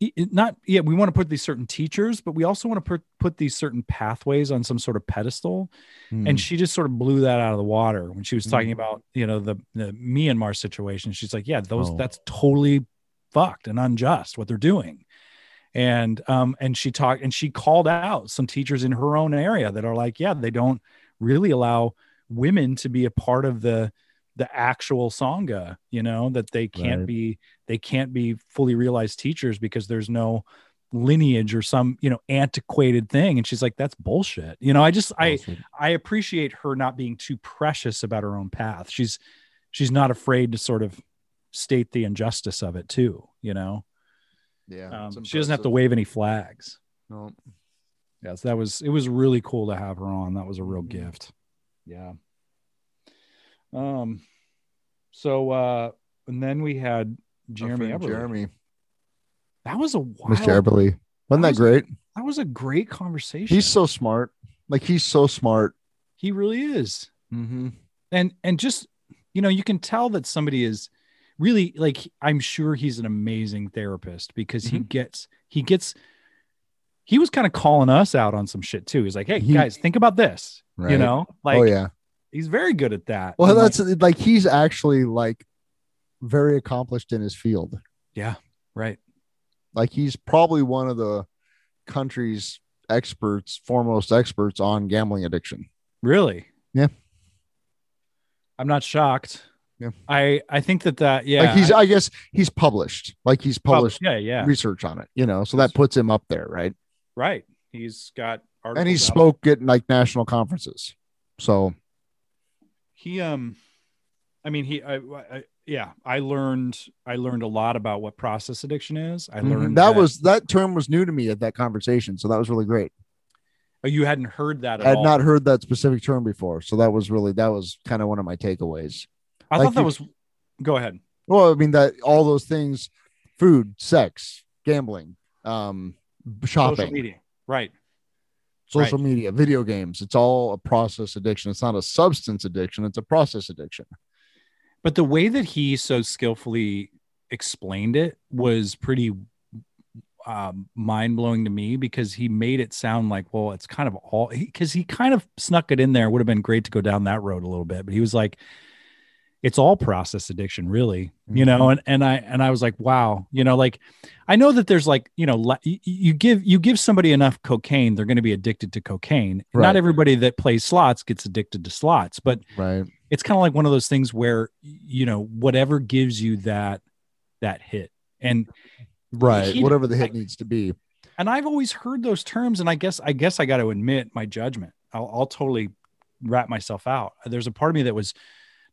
it- it- not yeah we want to put these certain teachers but we also want to put put these certain pathways on some sort of pedestal
Hmm.
and she just sort of blew that out of the water when she was talking
Mm.
about you know the the myanmar situation she's like yeah those
Oh.
that's totally fucked and unjust what they're doing and um and she talked and she called out some teachers in her own area that are like yeah they don't really allow women to be a part of the the actual sangha you know that they can't
Right.
be they can't be fully realized teachers because there's no lineage or some you know antiquated thing and she's like that's bullshit you know i just i i appreciate her not being too precious about her own path she's she's not afraid to sort of state the injustice of it too you know
yeah.
um,
it's
she doesn't have to
impressive.
wave any flags
No.
yes that was it was really cool to have her on that was a real
Mhm.
gift yeah Um, so uh, and then we had
Our
Jeremy
friend
Eberle.
Jeremy,
That was a wild.
Mr. Eberly. Wasn't that
was-
great?
That was a great conversation.
He's so smart. Like he's so smart.
he really is.
Mm-hmm.
and and just you know you can tell that somebody is really like i'm sure he's an amazing therapist because
Mm-hmm.
he gets he gets he was kind of calling us out on some shit too he's like hey
He-
guys think about this
Right.
you know like
oh yeah.
he's very good at that
Well,
And, like,
that's like, he's actually like very accomplished in his field.
right
Like he's probably one of the country's experts, foremost experts on gambling addiction.
really
Yeah.
i'm not shocked
Yeah.
i i think that that yeah
like he's,
I-
I, guess, he's published. Like he's
prob-
published
yeah yeah
research on it. You know, so that puts him up there, right?
right he's got
and he
articles out.
spoke at like national conferences. So
he um i mean he I, I yeah i learned i learned a lot about what process addiction is i learned
Mm-hmm. that was that term was new to me at that conversation. So that was really great.
oh, you hadn't heard that at
I had
all
not heard that specific term before. So that was really that was kind of one of my takeaways.
i
like
thought that
you-
was go ahead
Well, I mean that all those things, food, sex, gambling, um, b- shopping,
social media right
social media, video games. It's all a process addiction. It's not a substance addiction. It's a process addiction.
but the way that he so skillfully explained it was pretty um, mind-blowing to me because he made it sound like well it's kind of all because he, kind of snuck it in there would have been great to go down that road a little bit but he was like it's all process addiction really you know and and i and i was like wow you know like i know that there's like you know la- y- you give you give somebody enough cocaine they're going to be addicted to cocaine
Right.
not everybody that plays slots gets addicted to slots but
Right.
it's kind of like one of those things where you know whatever gives you that that hit and
Right.
He-
Whatever the hit
I-
needs to be.
and i've always heard those terms and i guess i guess i got to admit my judgment I'll, I'll totally wrap myself out there's a part of me that was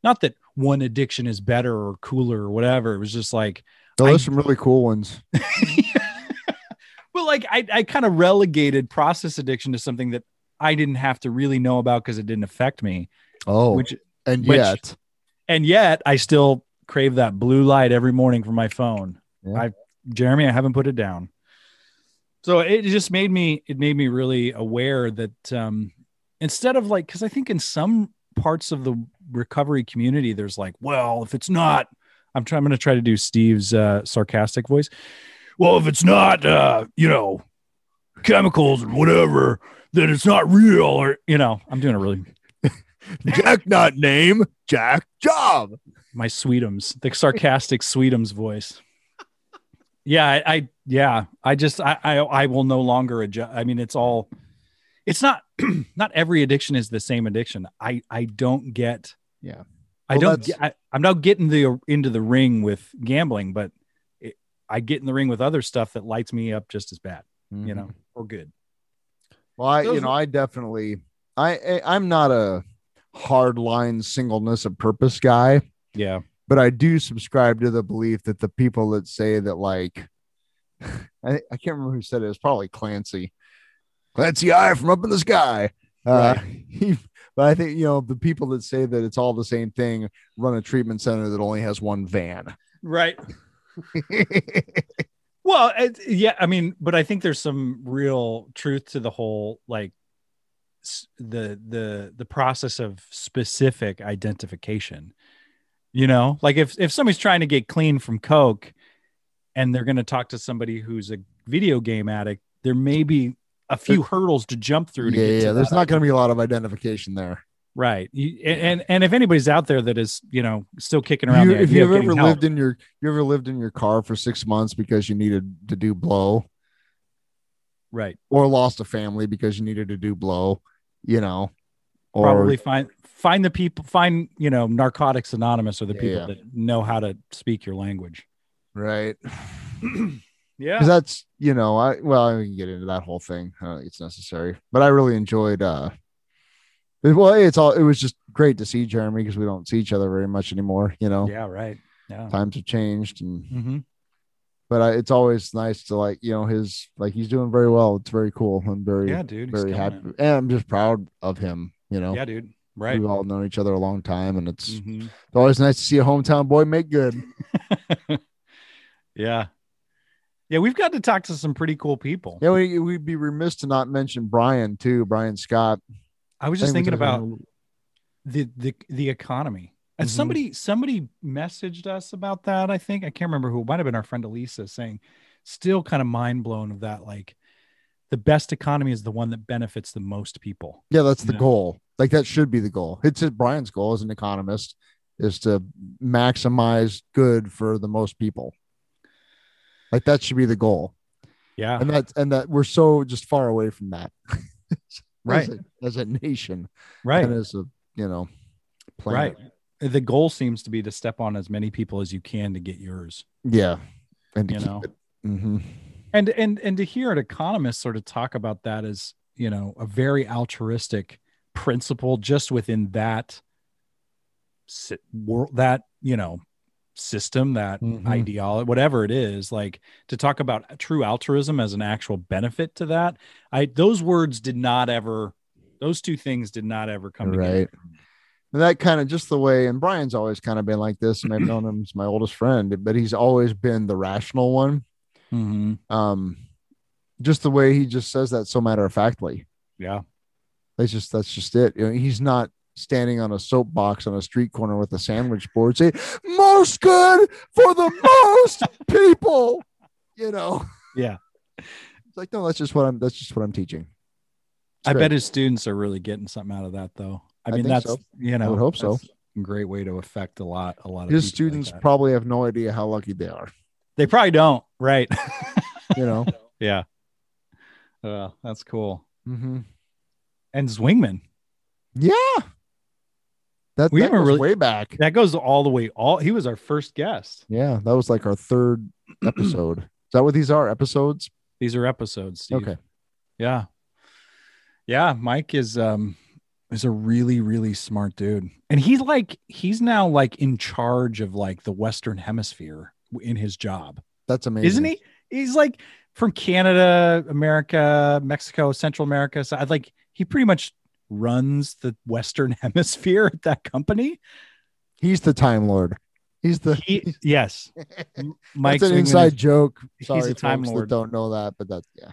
not that one addiction is better or cooler or whatever it was just like
No,
I-
there's some really cool ones.
but like i, I kind of relegated process addiction to something that i didn't have to really know about because it didn't affect me
Oh,
which
and
which-
yet,
and yet I still crave that blue light every morning from my phone.
Yeah.
I, Jeremy, I haven't put it down. So it just made me, it made me really aware that um, instead of like, because I think in some parts of the recovery community, there's like, well, if it's not, I'm trying, I'm going to try to do Steve's uh, sarcastic voice. Well, if it's not, uh, you know, chemicals or whatever, then it's not real. Or you know, I'm doing a really
Jack not name, Jack job.
my sweetums, the sarcastic sweetums voice. Yeah, I, I yeah, I just I, I I will no longer adjust. I mean, it's all, it's not not every addiction is the same addiction. I I don't get.
Yeah.
I
Well,
don't.
that's-
Get, I, I'm not getting the into the ring with gambling, but it, I get in the ring with other stuff that lights me up just as bad, you know, or good.
Well, I, you
Those-
know, I definitely, I, I, I'm not a hardline singleness of purpose guy,
Yeah.
but I do subscribe to the belief that the people that say that, like, I, I can't remember who said it. It's probably Clancy, Clancy I from up in the sky. Uh, he, but I think you know the people that say that it's all the same thing run a treatment center that only has one van.
Right. Well, it, yeah, I mean, but I think there's some real truth to the whole like s- the the the process of specific identification. You know, like if if somebody's trying to get clean from coke and they're going to talk to somebody who's a video game addict, there may be a few hurdles to jump through to
yeah,
get to
yeah. There's
that
not going to be a lot of identification there.
right. You, and, and and if anybody's out there that is, you know, still kicking around
You-
the
if
idea
you've
of getting
ever
help-
lived in your you ever lived in your car for six months because you needed to do blow
right,
or lost a family because you needed to do blow you know or
probably find find the people find you know narcotics anonymous or the
Yeah,
people
yeah.
that know how to speak your language
right 'Cause
yeah
that's you know i well i can get into that whole thing i don't think it's necessary but i really enjoyed uh it- well it's all it was just great to see jeremy because we don't see each other very much anymore you know
yeah right yeah
times have changed and
Mhm.
but I, it's always nice to like you know his like he's doing very well it's very cool i'm very
yeah dude he's
very
killing
happy and i'm just proud of him you
it.
know
yeah dude Right.
We've all known each other a long time, and it's,
Mhm.
it's always nice to see a hometown boy make good.
Yeah. Yeah. We've got to talk to some pretty cool people.
Yeah, we, we'd be remiss to not mention Brian too, Brian Scott.
I was just
Think we
thinking
talked
about the the the economy. And
Mhm.
somebody somebody messaged us about that. I think I can't remember who. It might have been our friend Elisa saying, still kind of mind blown of that. Like, the best economy is the one that benefits the most people.
Yeah, that's the
Yeah.
goal. Like that should be the goal. It's his, Brian's goal as an economist is to maximize good for the most people. Like that should be the goal,
Yeah.
and that and that we're so just far away from that,
Right.
As a, as a nation,
Right.
and as a you know,
Right.
planet.
The goal seems to be to step on as many people as you can to get yours.
Yeah, and to
You
keep
know.
it. Mhm.
and and and to hear an economist sort of talk about that as you know a very altruistic principle just within that si- world that you know system that
Mhm.
ideology whatever it is like to talk about true altruism as an actual benefit to that i those words did not ever those two things did not ever come together
Right. And that kind of just the way, and Brian's always kind of been like this, and I've known him as my oldest friend, but he's always been the rational one.
hmm
um just the way he just says that so matter of factly
yeah
that's just that's just it You know, he's not standing on a soapbox on a street corner with a sandwich board saying most good for the most people you know
Yeah.
it's like no that's just what i'm that's just what i'm teaching
i bet his students are really getting something out of that though i
I
mean
think
that's
so.
you know
would hope so.
that's a great way to affect a lot a lot of people
his
like
students
that.
probably have no idea how lucky they are
They probably don't, right?
you know
yeah. Uh, that's cool.
mm-hmm.
And Zwingman.
yeah that,
We
that
haven't
goes
really-
way back
That goes all the way. All he was our first guest.
yeah that was like our third episode is that what these are episodes
These are episodes. Steve.
okay
Yeah. Yeah. Mike is um is a really, really smart dude. And he's like he's now like in charge of like the Western hemisphere in his job.
that's amazing
Isn't he? He's like from Canada, America, Mexico, Central America. So I'd like he pretty much runs the Western Hemisphere at that company.
He's the Time Lord. He's the
He, yes, M- Mike.
Mike's an
Swingman
inside
is-
joke.
he's
Sorry,
a Time
folks
Lord.
That don't know that, but that's yeah,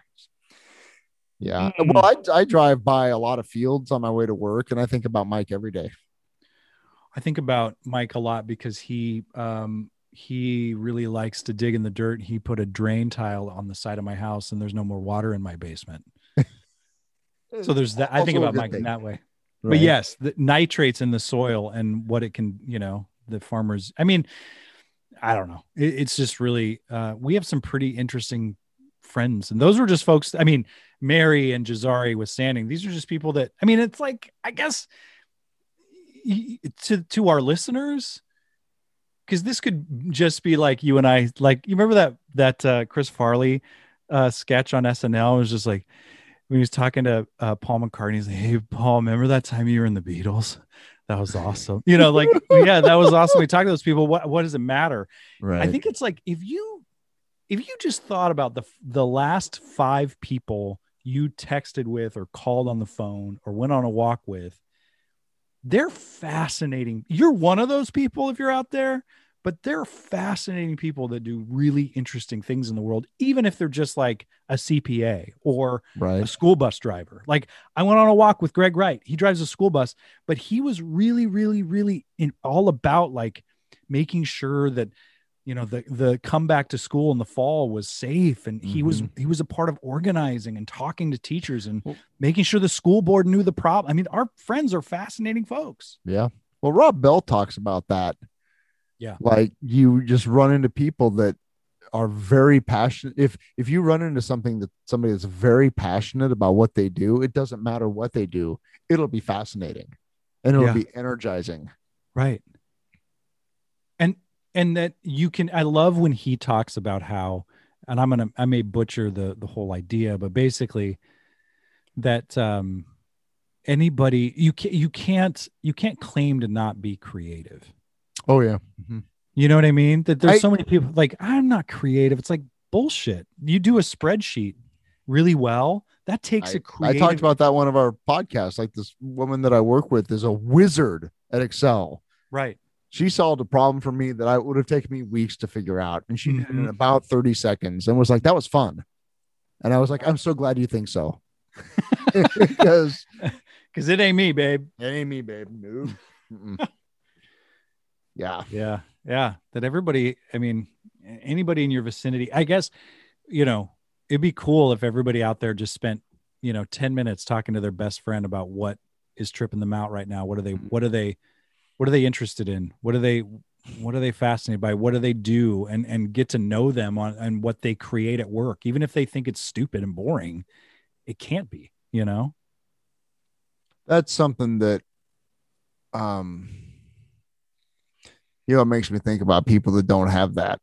yeah.
Mm.
Well, I, I drive by a lot of fields on my way to work, and I think about Mike every day.
I think about Mike a lot because he um, he really likes to dig in the dirt. He put a drain tile on the side of my house, and there's no more water in my basement. So there's that. I think
Also a
about
good
Mike in
thing,
that way.
right?
But yes, the nitrates in the soil and what it can, you know, the farmers. I mean, I don't know. It, it's just really, uh, we have some pretty interesting friends. And those were just folks. I mean, Mary and Jazari with Sanding, these are just people that, I mean, it's like, I guess y- y- to, to our listeners, because this could just be like you and I, like, you remember that, that uh, Chris Farley uh, sketch on SNL? It was just like, when he was talking to uh, Paul McCartney, he's like, "Hey, Paul, remember that time you were in the Beatles? That was awesome. You know, like, yeah, that was awesome. We talk to those people. What what does it matter?
right.
I think it's like if you if you just thought about the the last five people you texted with or called on the phone or went on a walk with, they're fascinating. You're one of those people if you're out there, but they're fascinating people that do really interesting things in the world, even if they're just like a CPA or a
right.
school bus driver. Like I went on a walk with Greg Wright. He drives a school bus, but he was really, really, really in all about like making sure that you know the the comeback to school in the fall was safe and he was he was a part of organizing and talking to teachers and
Well-
making sure the school board knew the problem. I mean, our friends are fascinating folks.
Yeah. Well, Rob Bell talks about that.
Yeah.
Like you just run into people that are very passionate. If if you run into something that somebody that's very passionate about what they do, it doesn't matter what they do. It'll be fascinating, and it'll
Yeah.
be energizing.
Right. And and that you can I love when he talks about how and I'm going to I may butcher the the whole idea but basically that um anybody you can you can't you can't claim to not be creative.
Oh yeah.
You know what I mean? That there's
I-
so many people like I'm not creative. It's like bullshit. You do a spreadsheet really well, That takes a
I
creative.
talked about that one of our podcasts. Like this woman that I work with is a wizard at Excel.
right.
She solved a problem for me that I would have taken me weeks to figure out, and she did it in
Mhm.
about thirty seconds, and was like, "That was fun," and I was like, "I'm so glad you think so," because
Because it ain't me, babe.
it ain't me, babe. No. Mm-mm. yeah,
Yeah. Yeah. That everybody, I mean, a- anybody in your vicinity, I guess, you know, it'd be cool if everybody out there just spent, you know, 10 minutes talking to their best friend about what is tripping them out right now. What are they,
Mhm.
what are they, what are they interested in? What are they, what are they fascinated by? What do they do? And, and get to know them on, and what they create at work. Even if they think it's stupid and boring, it can't be, you know?
that's something that um you know it makes me think about people that don't have that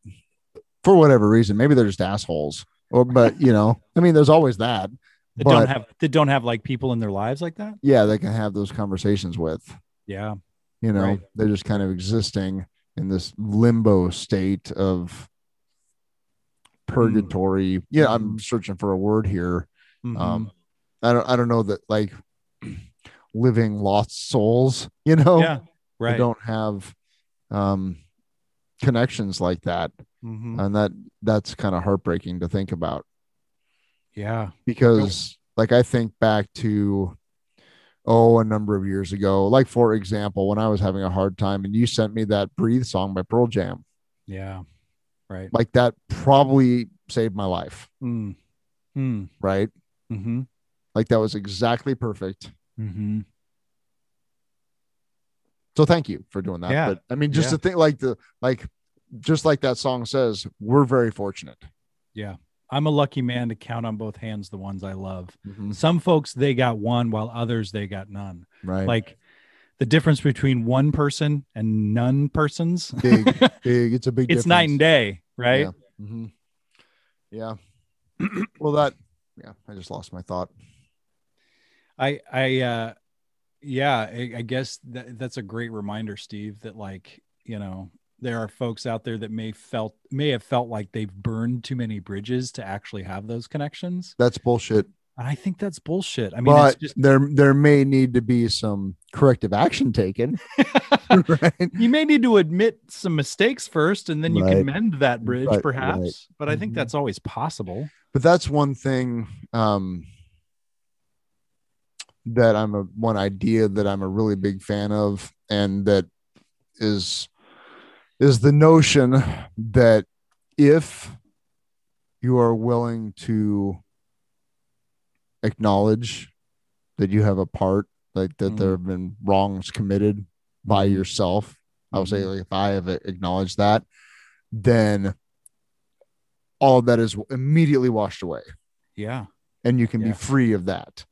for whatever reason maybe they're just assholes or but you know i mean there's always that
That
but
don't have, that don't have like people in their lives like that.
yeah they can have those conversations with
Yeah.
you know
Right.
they're just kind of existing in this limbo state of purgatory
Mm-hmm.
yeah i'm searching for a word here
Mhm.
um i don't i don't know that like living lost souls you know
yeah.
that
Right.
don't have um, connections like that,
Mhm.
and that that's kind of heartbreaking to think about
Yeah.
because, like, I think back to oh, a number of years ago, like for example, when I was having a hard time, and you sent me that "Breathe" song by Pearl Jam,
Yeah. Right.
like that probably saved my life,
Mm. Mm.
right?
Mm-hmm.
Like that was exactly perfect.
Mm-hmm.
So thank you for doing that.
Yeah.
But I mean, just
Yeah.
to think like the like just like that song says, we're very fortunate.
I'm a lucky man to count on both hands the ones I love. Some folks they got one, while others they got none.
Right.
Like the difference between one person and none persons,
big, big. It's a big.
it's night and day, right?
Yeah. hmm Yeah. well, that. Yeah, I just lost my thought.
I I uh yeah, I, I guess that that's a great reminder, Steve, that like, you know, there are folks out there that may felt may have felt like they've burned too many bridges to actually have those connections.
That's bullshit.
And I think that's bullshit. I mean,
but
it's just
there, there may need to be some corrective action taken. right.
you may need to admit some mistakes first and then you
Right.
can mend that bridge
Right,
perhaps. But I think
Mhm.
that's always possible.
But that's one thing. Um, that I'm a one idea that I'm a really big fan of, and that is is the notion that if you are willing to acknowledge that you have a part, like
Mm.
that there have been wrongs committed by
Mhm.
yourself, I would say
Mhm.
like, if I have acknowledged that, then all of that is immediately washed away,
Yeah.
and you can be
Yeah.
free of that.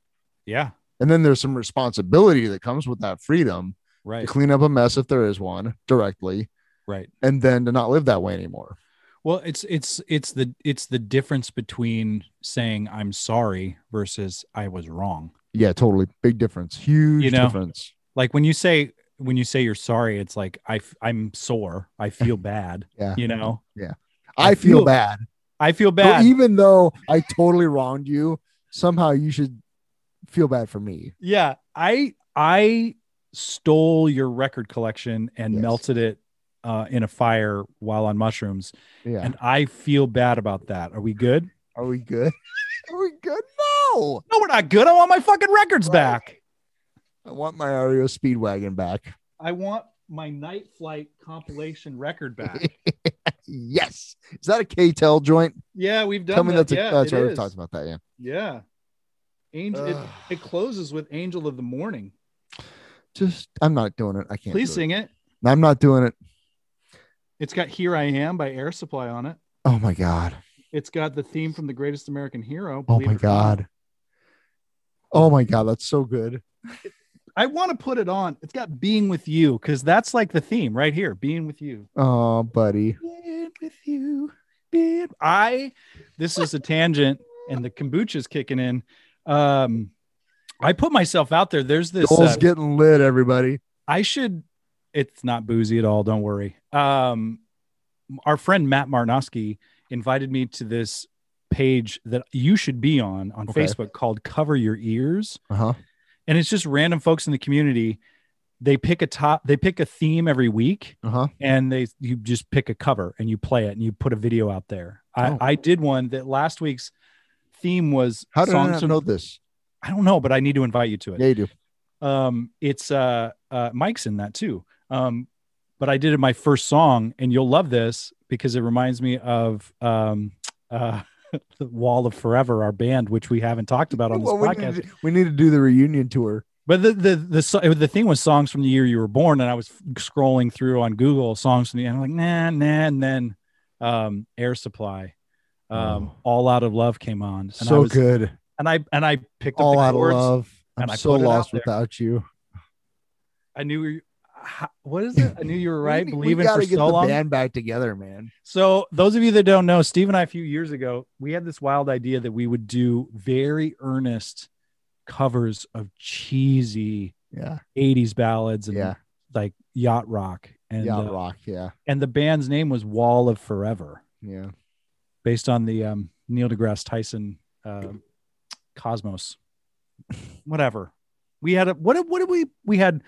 Yeah.
And then there's some responsibility that comes with that freedom to
Right.
clean up a mess if there is one directly,
Right.
and then to not live that way anymore.
Well, it's it's it's the it's the difference between saying I'm sorry versus I was wrong.
Yeah, totally. Big difference. Huge
know?
difference.
Like when you say when you say you're sorry, it's like I f- I'm sore. I feel bad.
Yeah.
You know,
I,
I
feel,
feel
bad.
I feel
So
bad.
even though I totally wronged you, somehow you should feel bad for me.
yeah, I I stole your record collection and
Yes.
melted it uh, in a fire while on mushrooms,
Yeah.
and I feel bad about that. Are we good?
Are we good? Are we good? No.
No, we're not good. I want my fucking records
Right.
back.
I want my Ario Speedwagon back.
I want my Night Flight compilation record back.
yes. Is that a KTEL joint?
Yeah, we've done
Tell me
that.
that's a,
yeah,
that's
it
right. We've
is.
talked about that. Yeah.
Yeah. Angel it,
Ugh.
it closes with Angel of the Morning.
Just I'm not doing it. I can't.
Please
do it.
sing it.
I'm not doing it.
It's got Here I Am by Air Supply on it.
Oh my god.
It's got the theme from The Greatest American Hero.
Oh
believe
my
it or not.
god. Oh my god. That's so good.
I want to put it on. It's got Being with You because that's like the theme right here. Being with you.
Oh, buddy.
Being with you. Being. I. This is a tangent, and the kombucha's kicking in. Um, I put myself out there. There's this.
Joel's
uh,
getting lit, everybody.
I should. It's not boozy at all. Don't worry. Um, our friend Matt Marnowski invited me to this page that you should be on on
Okay.
Facebook called Cover Your Ears.
Uh huh.
and it's just random folks in the community they pick a top they pick a theme every week
Uh huh.
and they you just pick a cover and you play it and you put a video out there i,
Oh.
I did one that last week's theme was
How did I
songs
not
from-
know this?
i don't know but i need to invite you to it
Yeah, you do.
um it's uh, uh mike's in that too um but i did it my first song and you'll love this because it reminds me of um uh the wall of forever our band which we haven't talked about on this
Well, we,
podcast
need to, we need to do the reunion tour.
But the the the so- the thing was songs from the year you were born, and I was scrolling through on Google songs from the and I'm like nah nah, and then um, Air Supply, um,
Oh.
All Out of Love came on, and I
so
was,
good.
and I and I picked up
All
the
out of
chords.
love.
and
I'm
I
so
put it out
lost
there.
without you.
I knew you, ha- what is it? I knew you were right.
We- we
believing
gotta
for
get
so
the
long.
band back together, man.
So those of you that don't know, Steve and I a few years ago, we had this wild idea that we would do very earnest covers of cheesy
Yeah,
80s ballads and
yeah,
like yacht rock and
yeah.
uh,
rock. Yeah,
and the band's name was Wall of Forever,
yeah.
based on the um, Neil deGrasse Tyson uh, Cosmos, whatever. We had a what? did- What did we? We had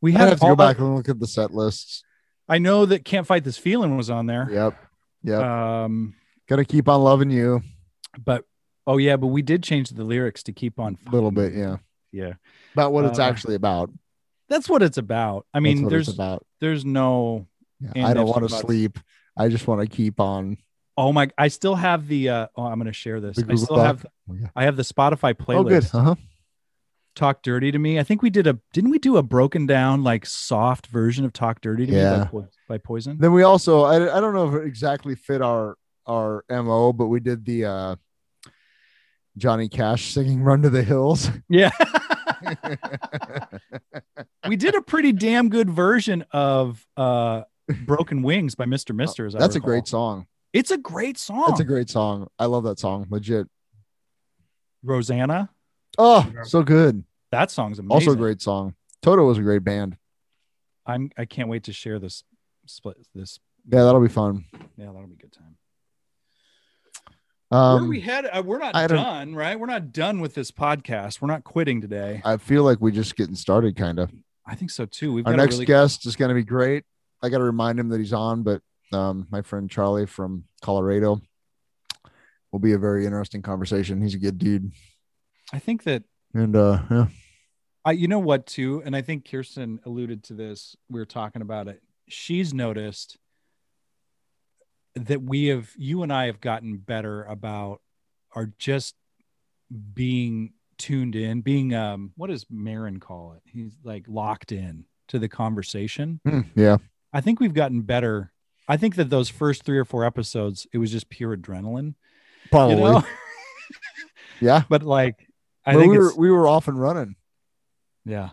we
I
had.
have to go
all-
back and look at the set lists.
I know that "Can't Fight This Feeling" was on there.
Yep, yep.
Um,
Gotta keep on loving you
but oh yeah, but we did change the lyrics to keep on
a little bit. Yeah,
Yeah,
about what it's
Uh,
actually about.
that's what it's about. I
That's
mean,
what
there's
it's about.
there's no
Yeah,
and
I don't
it's
want to
about-
sleep. I just want to keep on.
oh my. I still have the. uh Oh, I'm gonna share this.
The
I
Google
still
Doc?
have.
Oh, yeah.
I have the Spotify playlist.
Oh, good. Uh huh.
Talk Dirty to Me. I think we did a didn't we do a broken down like soft version of Talk Dirty to Me by,
Yeah.
Po- by Poison?
Then we also, I, I don't know if it exactly fit our our mo, but we did the uh Johnny Cash singing "Run to the Hills."
yeah. we did a pretty damn good version of uh Broken Wings by Mr. Mister. As I
Oh, That's a
recall.
great song.
It's a great song.
That's a great song. I love that song. Legit.
Rosanna.
Oh, so good.
That song's amazing.
Also a great song. Toto was a great band.
I'm I can't wait to share this split this
Yeah, that'll be fun.
yeah, that'll be a good time.
Um,
Where we head? Uh, we're not
I don't-
done, right? We're not done with this podcast. We're not quitting today.
I feel like we're just getting started, kind of.
I think so too. We've
Our
got a
next
really
guest is going to be great. I got to remind him that he's on, but um, my friend Charlie from Colorado will be a very interesting conversation. He's a good dude,
I think that
and uh, yeah,
I, you know what, too, and I think Kirsten alluded to this. We were talking about it. She's noticed that we have, you and I have gotten better about are just being tuned in, being um, what does Marin call it? He's like locked in to the conversation.
Hmm, yeah,
I think we've gotten better. I think that those first three or four episodes, it was just pure adrenaline,
probably,
you know.
yeah.
but like, I
But
think
we were
it's
we were off and running
yeah,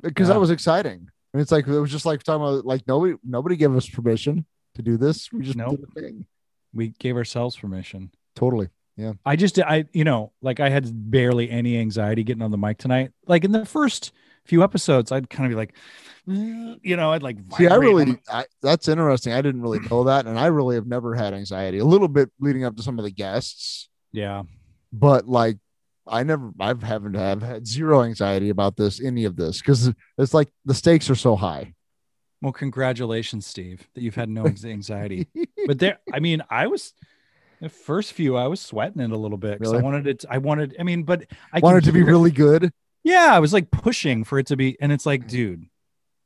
because
Yeah.
that was exciting. And it's like it was just like talking about like nobody nobody gave us permission to do this. We just
Nope.
did the thing.
we gave ourselves permission.
Totally.
I just I you know like I had barely any anxiety getting on the mic tonight. Like in the first few episodes, I'd kind of be like, "Mm," you know, I'd like.
See, I
vibrate.
really I, that's interesting. I didn't really know that, and I really have never had anxiety. A little bit leading up to some of the guests,
yeah.
but like I never I've haven't have had zero anxiety about this any of this because it's like the stakes are so high.
Well, congratulations, Steve, that you've had no anx- anxiety. but there, I mean, I was the first few, I was sweating it a little bit because I
Really?
wanted it. I wanted. I mean, but I
I want it to be
real.
really Mm. good.
Yeah, I was like pushing for it to be, and it's like, dude,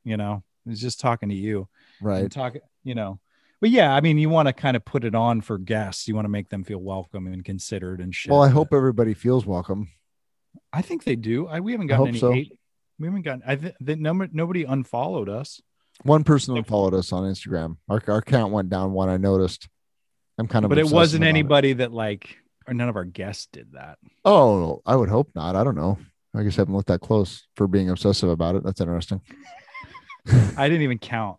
you know, it's just talking to you. and
Right.
talk you know but yeah i mean you want to kind of put it on for guests you want to make them feel welcome and considered and shit
Well, I
but
hope everybody feels welcome.
i think they do i we haven't
I
gotten
hope
any
so.
hate we haven't gotten i think that number nobody unfollowed us
One person who followed us on Instagram. Our our count went down one I noticed. I'm kind of
but it
obsessed
wasn't
about
anybody that like or none of our guests did that
Oh, I would hope not. I don't know. I guess I haven't looked that close for being obsessive about it. That's interesting.
i didn't even count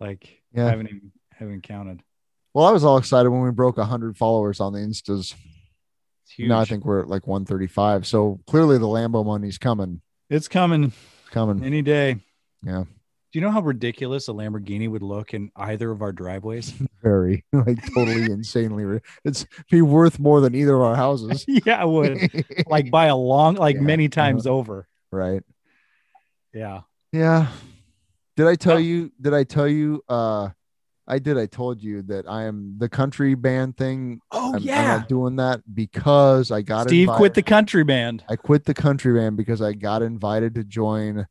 like
Yeah.
i haven't even haven't counted
Well, I was all excited when we broke 100 followers on the Instas.
it's huge
Now I think we're at like 135. So clearly the Lambo money's coming,
it's coming
coming.
any day
Yeah.
do you know how ridiculous a lamborghini would look in either of our driveways
Perry, like totally insanely. ri- It's be worth more than either of our houses,
yeah, I would like by a long, like
Yeah,
many times over.
right?
Yeah.
Yeah. Did I tell
Well-
you? Did I tell you? Uh, I did. I told you that I am the country band thing.
Oh
I'm, I'm not doing that because I got
Steve
invited-
quit the country band.
I quit the country band because I got invited to join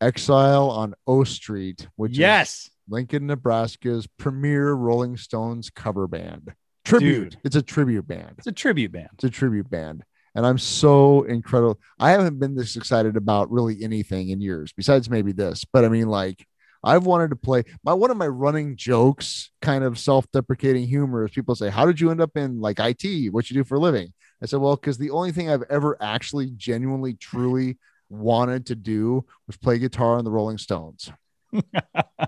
Exile on O Street, which is
yes.
Lincoln, Nebraska's premier Rolling Stones cover band. Tribute.
Dude.
It's a tribute band.
It's a tribute band.
It's a tribute band. And I'm so incredible. I haven't been this excited about really anything in years, besides maybe this. But I mean, like, I've wanted to play my one of my running jokes, kind of self-deprecating humor, is people say, How did you end up in like IT? What you do for a living? I said, Well, because the only thing I've ever actually genuinely, truly wanted to do was play guitar on the Rolling Stones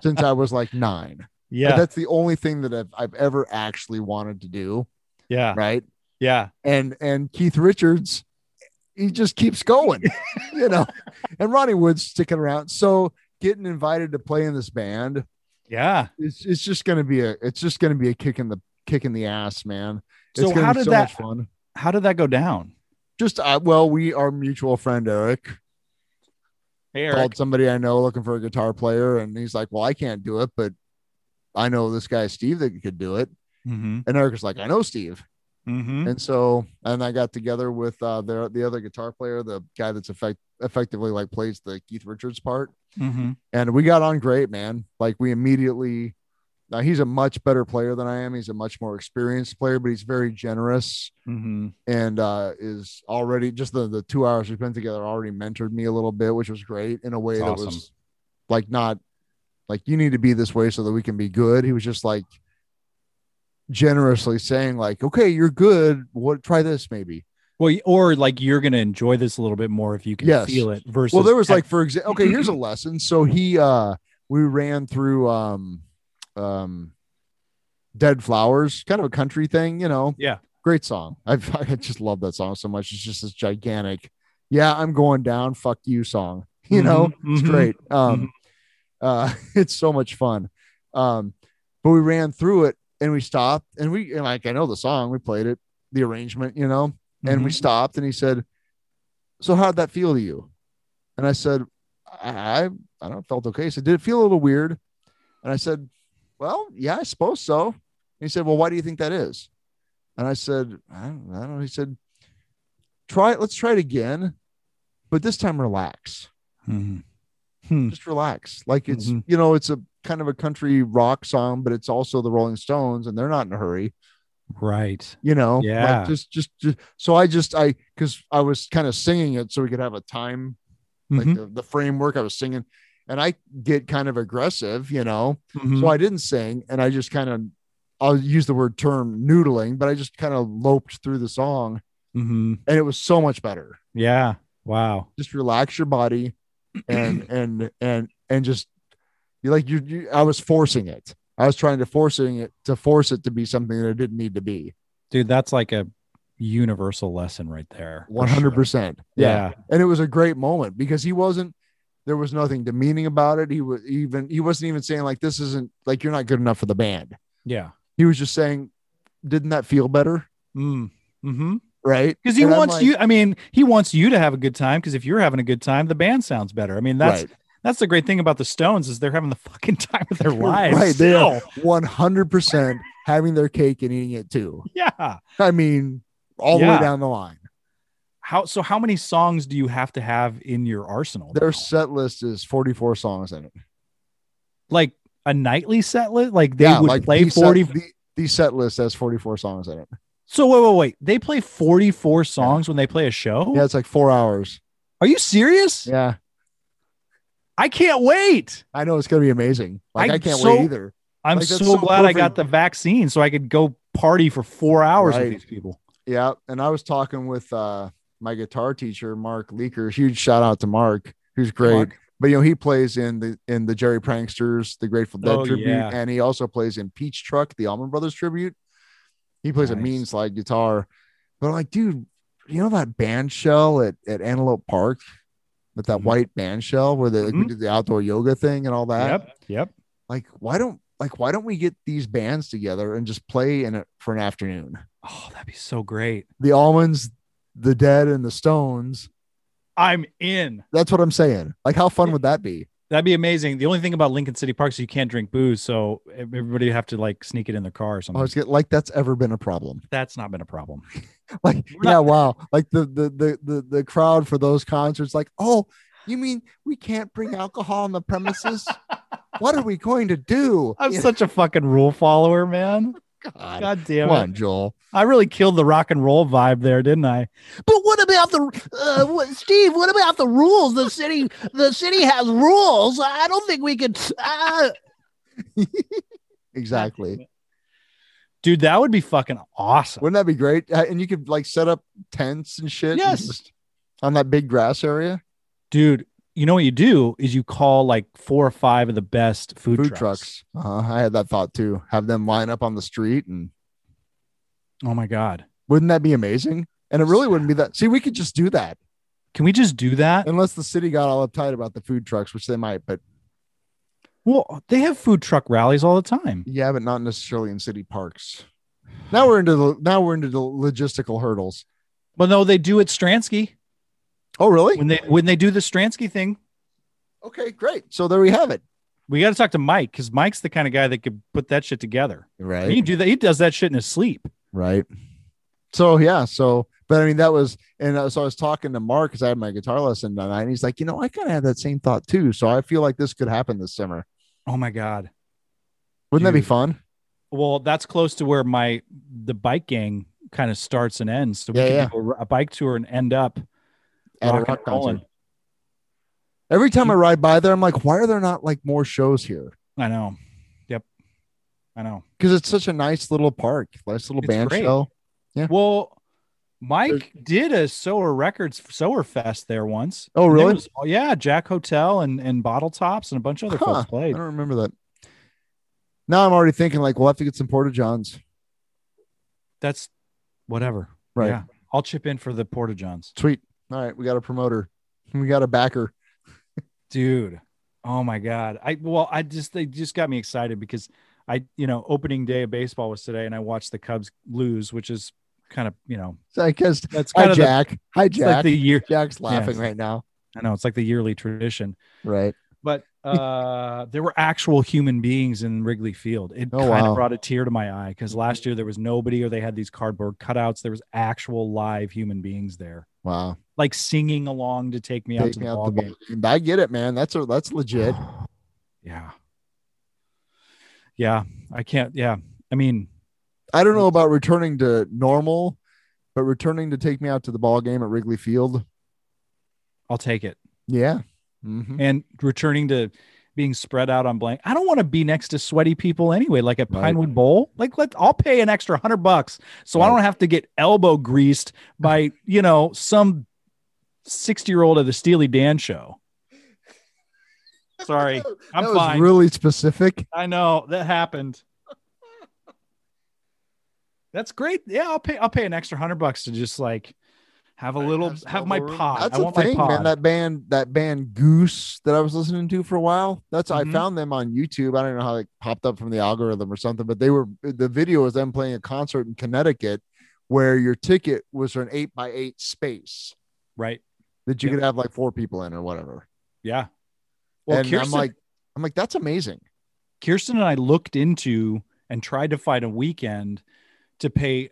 since I was like nine. But
Yeah.
that's the only thing that I've, I've ever actually wanted to do.
Yeah.
Right.
Yeah.
And, and Keith Richards, he just keeps going, you know, and Ronnie Wood's sticking around. So getting invited to play in this band,
Yeah.
it's, it's just going to be a, it's just going to be a kick in the, kick in the ass, man. It's
So
gonna
how
be
did
so
that
much fun.
how did that go down?
Just, uh, well, we, our mutual friend, Eric,
Hey,
called somebody I know looking for a guitar player. And he's like, well, I can't do it, but I know this guy, Steve, that could do it.
Mm-hmm.
And Eric was like, I know Steve.
Mm-hmm.
And so, and I got together with uh, the the other guitar player, the guy that's effect- effectively like plays the Keith Richards part,
Mm-hmm.
and we got on great, man. Like we immediately, now he's a much better player than I am. He's a much more experienced player, but he's very generous
Mm-hmm.
and uh, is already just the the two hours we've been together already mentored me a little bit, which was great in a way
That's
that was
awesome.
like not like you need to be this way so that we can be good. He was just like generously saying like, okay, you're good. What try this maybe?
Well, y- or like you're gonna enjoy this a little bit more if you can
Yes.
feel it. Versus,
well there was like for example okay here's a lesson so he uh we ran through um um dead flowers kind of a country thing you know
Yeah.
great song I've, i just love that song so much it's just this gigantic yeah i'm going down fuck you song you know
Mhm,
it's
mhm.
great um
Mm-hmm.
uh it's so much fun um but we ran through it and we stopped and we and like i know the song we played it the arrangement you know
mm-hmm,
and we stopped and he said so how'd that feel to you and i said i i, I don't felt okay he said did it feel a little weird and i said well yeah i suppose so and he said well why do you think that is and i said i don't, I don't know he said try it let's try it again but this time relax
Mhm.
just relax like it's
Mhm.
you know it's a kind of a country rock song but it's also the rolling stones and they're not in a hurry
Right.
you know
Yeah.
like just, just just so i just i because i was kind of singing it so we could have a time like
Mhm,
the, the framework i was singing and i get kind of aggressive you know
mhm.
so i didn't sing and i just kind of i'll use the word term noodling but i just kind of loped through the song
Mhm.
and it was so much better
Yeah. Wow.
just relax your body and and and and just you like you, you i was forcing it i was trying to forcing it to force it to be something that it didn't need to be
Dude, that's like a universal lesson right there. for sure.
100% yeah.
Yeah.
and it was a great moment because he wasn't there was nothing demeaning about it he was even he wasn't even saying like this isn't like you're not good enough for the band
Yeah.
he was just saying didn't that feel better
Mm. Hmm.
right
Because he
And I'm
wants
like,
you. I mean, he wants you to have a good time. Because if you're having a good time, the band sounds better. I mean, that's
right,
that's the great thing about the Stones is they're having the fucking time of their
You're
lives.
right, they are.
still.
100% having their cake and eating it too
Yeah.
i mean all the
Yeah.
way down the line
How so? How many songs do you have to have in your arsenal? now?
their set list is 44 songs in it
like a nightly set list. Like they
Yeah,
would
like
play
the set-
forty.
the, the set list has 44 songs in it
so wait, wait, wait. They play forty four songs when they play a show.
yeah it's like four hours
Are you serious?
yeah
I can't wait.
i know it's gonna be amazing like
I-
i, can't
so-
wait either
I'm
Like,
so,
that's so
glad I got
perfect.
the vaccine so I could go party for four hours
Right.
with these people.
Yeah, and I was talking with uh my guitar teacher, Mark Leaker. Huge shout out to Mark, who's great.
Mark.
But you know, he plays in the in the Jerry Pranksters, the Grateful Dead
Oh,
tribute,
yeah.
and he also plays in Peach Truck, the Allman Brothers tribute. He plays a
Nice.
mean slide guitar. But I'm like, dude, you know that band shell at, at Antelope Park with that
Mhm. Mm-hmm.
white band shell where the, like, we did the outdoor yoga thing and all that?
Yep. Yep.
Like, why don't like why don't we get these bands together and just play in it for an afternoon?
Oh, that'd be so great.
The Almonds, the Dead, and the Stones.
I'm in.
That's what I'm saying. Like, how fun would that be?
That'd be amazing. The only thing about Lincoln City Park is you can't drink booze, so everybody would have to like sneak it in their car or
I
something.
was Oh, get like that's ever been a problem.
That's not been a problem.
Like,
We're
yeah, wow. Like the the the the the crowd for those concerts, like, oh, you mean we can't bring alcohol on the premises? what are we going to do?
I'm
Yeah,
such a fucking rule follower, man.
God.
God damn
Come
it.
on, Joel.
I really killed the rock and roll vibe there, didn't I?
But what about the uh, what, Steve? What about the rules? The city, the city has rules. I don't think we could.
Ah!
Uh,
Exactly.
Dude, that would be fucking awesome.
Wouldn't that be great? Uh, And you could like set up tents and shit. and
Yes.
just- on that big grass area,
Dude, you know what you do is you call like four or five of the best food,
food
trucks.
trucks. Uh, I had that thought too. Have them line up on the street, and
Oh my God.
wouldn't that be amazing? And it really wouldn't be that. See, we could just do that.
Can we just do that?
unless the city got all uptight about the food trucks, which they might, but
Well, they have food truck rallies all the time.
yeah, but not necessarily in city parks. Now we're into the now we're into the logistical hurdles.
Well, no, they do at Stransky.
Oh, really?
When they when they do the Stransky thing,
Okay, great. So there we have it.
we got to talk to Mike because Mike's the kind of guy that could put that shit together.
Right.
He can do that. He does that shit in his sleep.
Right. So yeah, so but I mean that was and uh, so I was talking to Mark because I had my guitar lesson tonight, and he's like, you know, I kind of had that same thought too. So I feel like this could happen this summer.
Oh my god.
Wouldn't that be
Dude.
fun?
Well, that's close to where my the bike gang kind of starts and ends. So we
Yeah,
can
yeah.
do a, a bike tour and end up
At a
rocking
rock
and rolling.
concert. Every time I ride by there, I'm like, why are there not like more shows here?
I know. Yep. I know.
Because it's such a nice little park, nice little
It's
band
great.
shell. Yeah.
Well, Mike did a Sower Records Sower Fest there once.
Oh,
And there
really?
was- oh, yeah, Jack Hotel and and Bottle Tops and a bunch of other
Huh.
folks played.
I don't remember that. Now I'm already thinking like we'll have to get some porta johns.
That's whatever.
Right.
Yeah. I'll chip in for the Porta Johns,
Sweet. All right, we got a promoter. We got a backer.
dude. Oh my god. I well, I just they just got me excited because I you know opening day of baseball was today and I watched the Cubs lose, which is kind of you know
So I guess
that's kind
hi
of the,
Jack. hi
it's like
Jack.
the year.
Jack's laughing
Yes.
right now.
I know it's like the yearly tradition.
Right.
but uh, there were actual human beings in Wrigley Field. It
Oh,
kind
wow.
of brought a tear to my eye because last year there was nobody, or they had these cardboard cutouts. There was actual live human beings there,
Wow.
like singing along to take me out
Take
to
me
the
out the
ball game.
ball. I get it, man. That's a, that's legit.
yeah, yeah. I can't. Yeah, I mean,
I don't know about returning to normal, but returning to take me out to the ball game at Wrigley Field.
I'll take it.
Yeah. hmm
And returning to being spread out on blank, I don't want to be next to sweaty people anyway. Like at
Right.
Pinewood Bowl, like let I'll pay an extra hundred bucks so I
Right.
don't have to get elbow greased by you know some sixty year old at the Steely Dan show. Sorry, I'm
that
fine.
was really specific.
I know that happened. That's great. Yeah, I'll pay. I'll pay an extra hundred bucks to just like have a little,
That's
have my
what we're-
pod.
That's
I
a
want
thing,
my pod.
man. That band, that band Goose that I was listening to for a while. That's I
Mhm.
found them on YouTube. I don't know how they popped up from the algorithm or something, but they were the video was them playing a concert in Connecticut where your ticket was for an eight by eight space
right.
that you
Yep.
could have like four people in or whatever.
Yeah. Well,
and
Kirsten,
I'm like, I'm like, that's amazing.
Kirsten and I looked into and tried to find a weekend to pay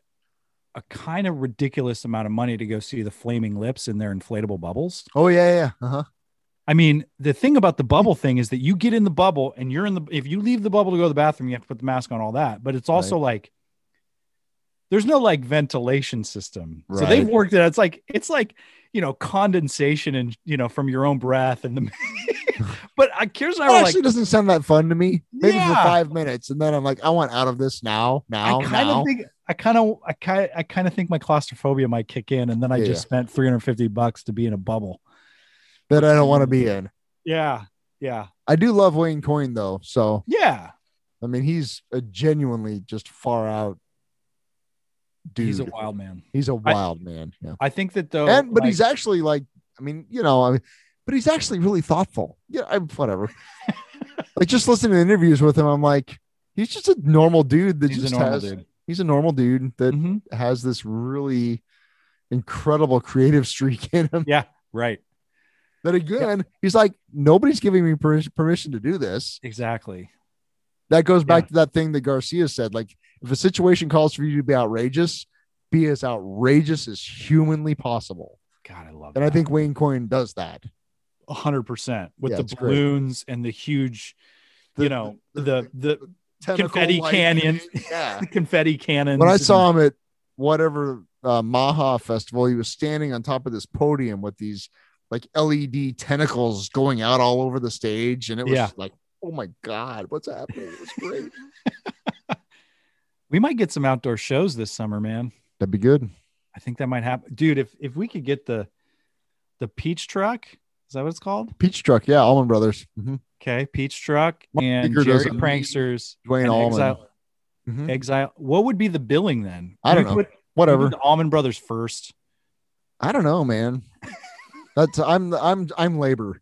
a kind of ridiculous amount of money to go see the Flaming Lips in their inflatable bubbles.
Oh yeah, yeah. yeah. Uh-huh.
I mean, the thing about the bubble
Hmm.
thing is that you get in the bubble and you're in the if you leave the bubble to go to the bathroom, you have to put the mask on all that, but it's also like there's no like ventilation system. So
Right.
they've worked it out. It's like it's like, you know, condensation and, you know, from your own breath and the But I Kirsten and I were
It
like
actually doesn't sound that fun to me. Maybe for
Yeah.
five minutes, and then I'm like, I want out of this now, now,
I kind
now.
of think I kind of I kind I kind of think my claustrophobia might kick in, and then I
Yeah.
just spent 350 bucks to be in a bubble.
that I don't want to be in.
Yeah, yeah,
I do love Wayne Coyne though, so
yeah.
I mean, he's a genuinely just far out dude.
He's a wild man. I-
wild man. Yeah.
I think that though,
and but
like,
he's actually like, I mean, you know, I mean, but he's actually really thoughtful. Yeah, I'm whatever. like just listening to interviews with him, I'm like, He's just a normal dude that
He's a
just
normal
has.
dude.
He's a normal dude that
Mhm.
has this really incredible creative streak in him.
Yeah, right.
That again, he's like nobody's giving me per- permission to do this.
Exactly.
That goes back
Yeah.
to that thing that Garcia said. Like, if a situation calls for you to be outrageous, be as outrageous as humanly possible.
God, I love
And I
that.
think Wayne Coyne does that.
hundred percent with
Yeah,
the
it's great.
balloons and the huge, you
The-
know, the the,
Tentacle
Confetti
light-
canyon.
Yeah.
confetti cannons.
when I
and-
saw him at whatever uh, Maha festival, he was standing on top of this podium with these like LED tentacles going out all over the stage, and it was
Yeah.
like, oh my god, what's happening? It was great.
we might get some outdoor shows this summer, man.
That'd be good.
I think that might happen, dude. If if we could get the the peach truck, is that what it's called?
Peach Truck, yeah, Allman Brothers, Mhm.
Okay, peach truck
Mike
and
Baker
Jerry
does it.
pranksters.
Dwayne
and
Allman,
Exile,
Mhm.
Exile. What would be the billing then?
I don't
We
know.
put- we
whatever.
did The Almond Brothers first.
I don't know, man. That's I'm I'm I'm labor.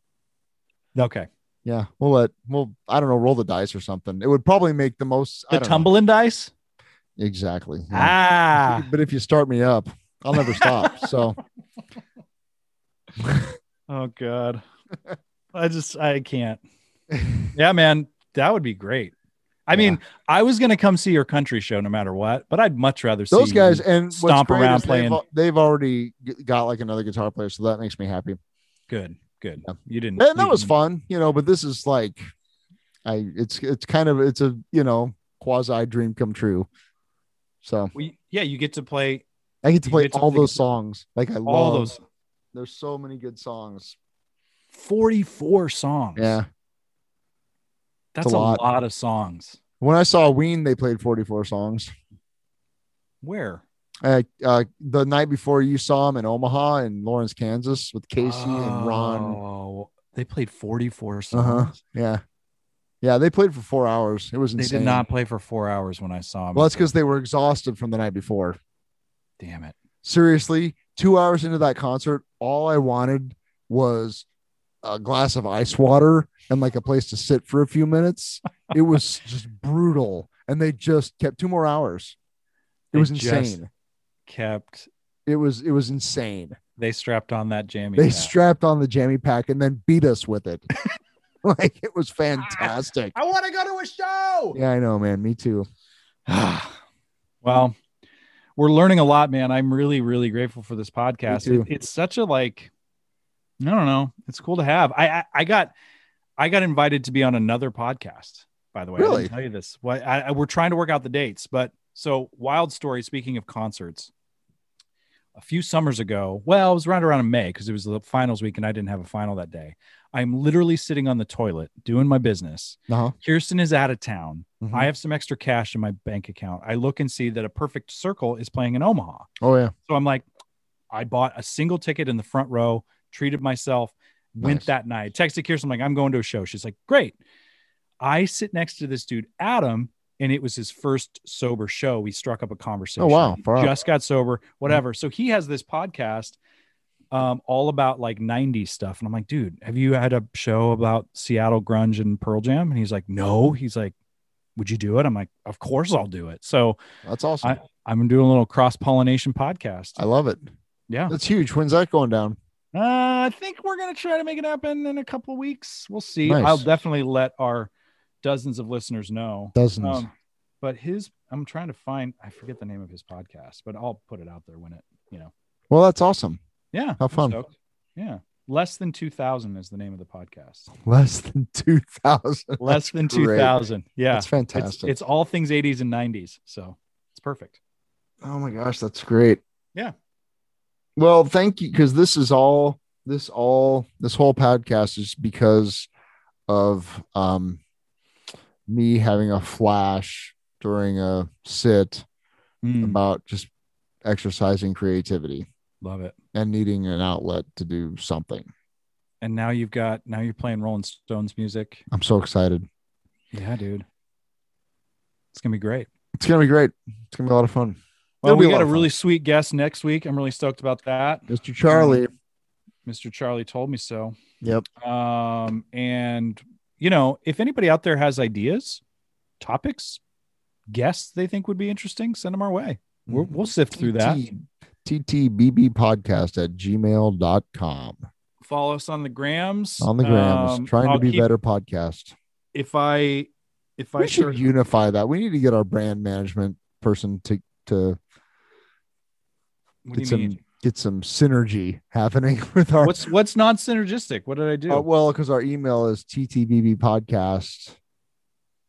Okay.
Yeah, we'll let we'll I don't know roll the dice or something. It would probably make the most I
The
don't know.
tumbling dice.
exactly. yeah.
Ah.
But if you start me up, I'll never stop. So
Oh God. I just I can't. Yeah, man, that would be great. I
Yeah.
mean, I was gonna come see your country show no matter what, but I'd much rather see
those guys
you.
and what's
stomp
great
around
is they've
playing.
al- They've, already g- got like another guitar player, so that makes me happy.
Good, good.
Yeah.
You didn't.
And that
you
was
didn't-
fun, you know. But this is like, I it's it's kind of it's a you know quasi dream come true. So
Well, you- yeah, you get to play
I get to
You
play
get to
all
play-
those songs. Like I
all
love
those
There's so many good songs.
forty-four songs.
Yeah.
that's
it's a
a lot.
lot.
of songs.
When I saw Ween, they played 44 songs.
Where?
Uh, uh, the night before you saw him in Omaha in Lawrence, Kansas, with Casey and Ron.
Oh, they played forty-four songs.
Uh-huh. Yeah. Yeah, they played for four hours. It was
They
insane.
did not play for four hours when I saw them.
Well, that's because they were exhausted from the night before.
Damn it.
Seriously, two hours into that concert, all I wanted was a glass of ice water and like a place to sit for a few minutes. It was just brutal. And they just kept two more hours. It
They
was
just-
insane.
Kept.
It was it was insane.
They strapped on that jammy.
They
pack.
strapped on the jammy pack and then beat us with it. like it was fantastic.
I want to go to a show.
Yeah, I know, man. Me too.
well, we're learning a lot, man. I'm really, really grateful for this podcast.
too.
It- it's such a like, I don't know. It's cool to have. I, I I got I got invited to be on another podcast. By the way, I
Really?
didn't tell you this. Well, I, I, we're trying to work out the dates, but so wild story. Speaking of concerts, a few summers ago, well, it was right around in May because it was the finals week and I didn't have a final that day. I'm literally sitting on the toilet doing my business.
Uh-huh.
Kirsten is out of town.
Mhm.
I have some extra cash in my bank account. I look and see that a perfect circle is playing in Omaha.
Oh yeah.
So I'm like, I bought a single ticket in the front row, treated myself, went
Nice.
that night. Texted Kirsten, I'm like, I'm going to a show. She's like, great. I sit next to this dude, Adam, and it was his first sober show. We struck up a conversation.
Oh wow. Far out.
Just got sober,
Hmm.
whatever. So he has this podcast um, all about like 90s stuff. And I'm like, dude, have you had a show about Seattle grunge and Pearl Jam? And he's like, no. He's like, would you do it? I'm like, of course I'll do it. So
That's awesome. I,
I'm doing a little cross pollination podcast.
love it.
yeah.
That's huge. When's that going down?
Uh, I think we're going to try to make it happen in a couple of weeks. We'll see.
Nice.
I'll definitely let our dozens of listeners know.
Dozens.
Um, but his, I'm trying to find, I forget the name of his podcast, but I'll put it out there when it, you know.
well, that's awesome.
Yeah.
How
I'm
fun.
stoked. Yeah. Less than 2000 is the name of the podcast.
Less than two thousand.
Less than
great.
2000. Yeah.
That's
It's,
fantastic.
it's all things 80s and 90s. So it's perfect.
oh my gosh, that's great.
Yeah.
Well, thank you because this is all this all this whole podcast is because of um me having a flash during a sit
Hmm. Mm,
about just exercising creativity
love it.
and needing an outlet to do something.
And now you've got, now you're playing Rolling Stones music.
I'm so excited.
Yeah, dude. It's going to be great.
It's gonna be great. It's gonna be a lot of fun.
Well,
It'll be
we
lot
got a
of fun.
really sweet guest next week. I'm really stoked about that.
Mr. Charlie.
Mr. Charlie told me so.
Yep.
Um, and you know, if anybody out there has ideas, topics, guests they think would be interesting, send them our way. We're, we'll sift through that.
TTBB podcast at gmail.com.
Follow us on the grams.
On the grams.
Um,
trying
I'll
to be
keep-
better podcast.
If I, if I
We should
search-
unify that. We need to get our brand management person to to
what do
get
you
some
mean?
get some synergy happening with our
What's what's non synergistic? What did I do?
uh, well because our email is ttbb podcast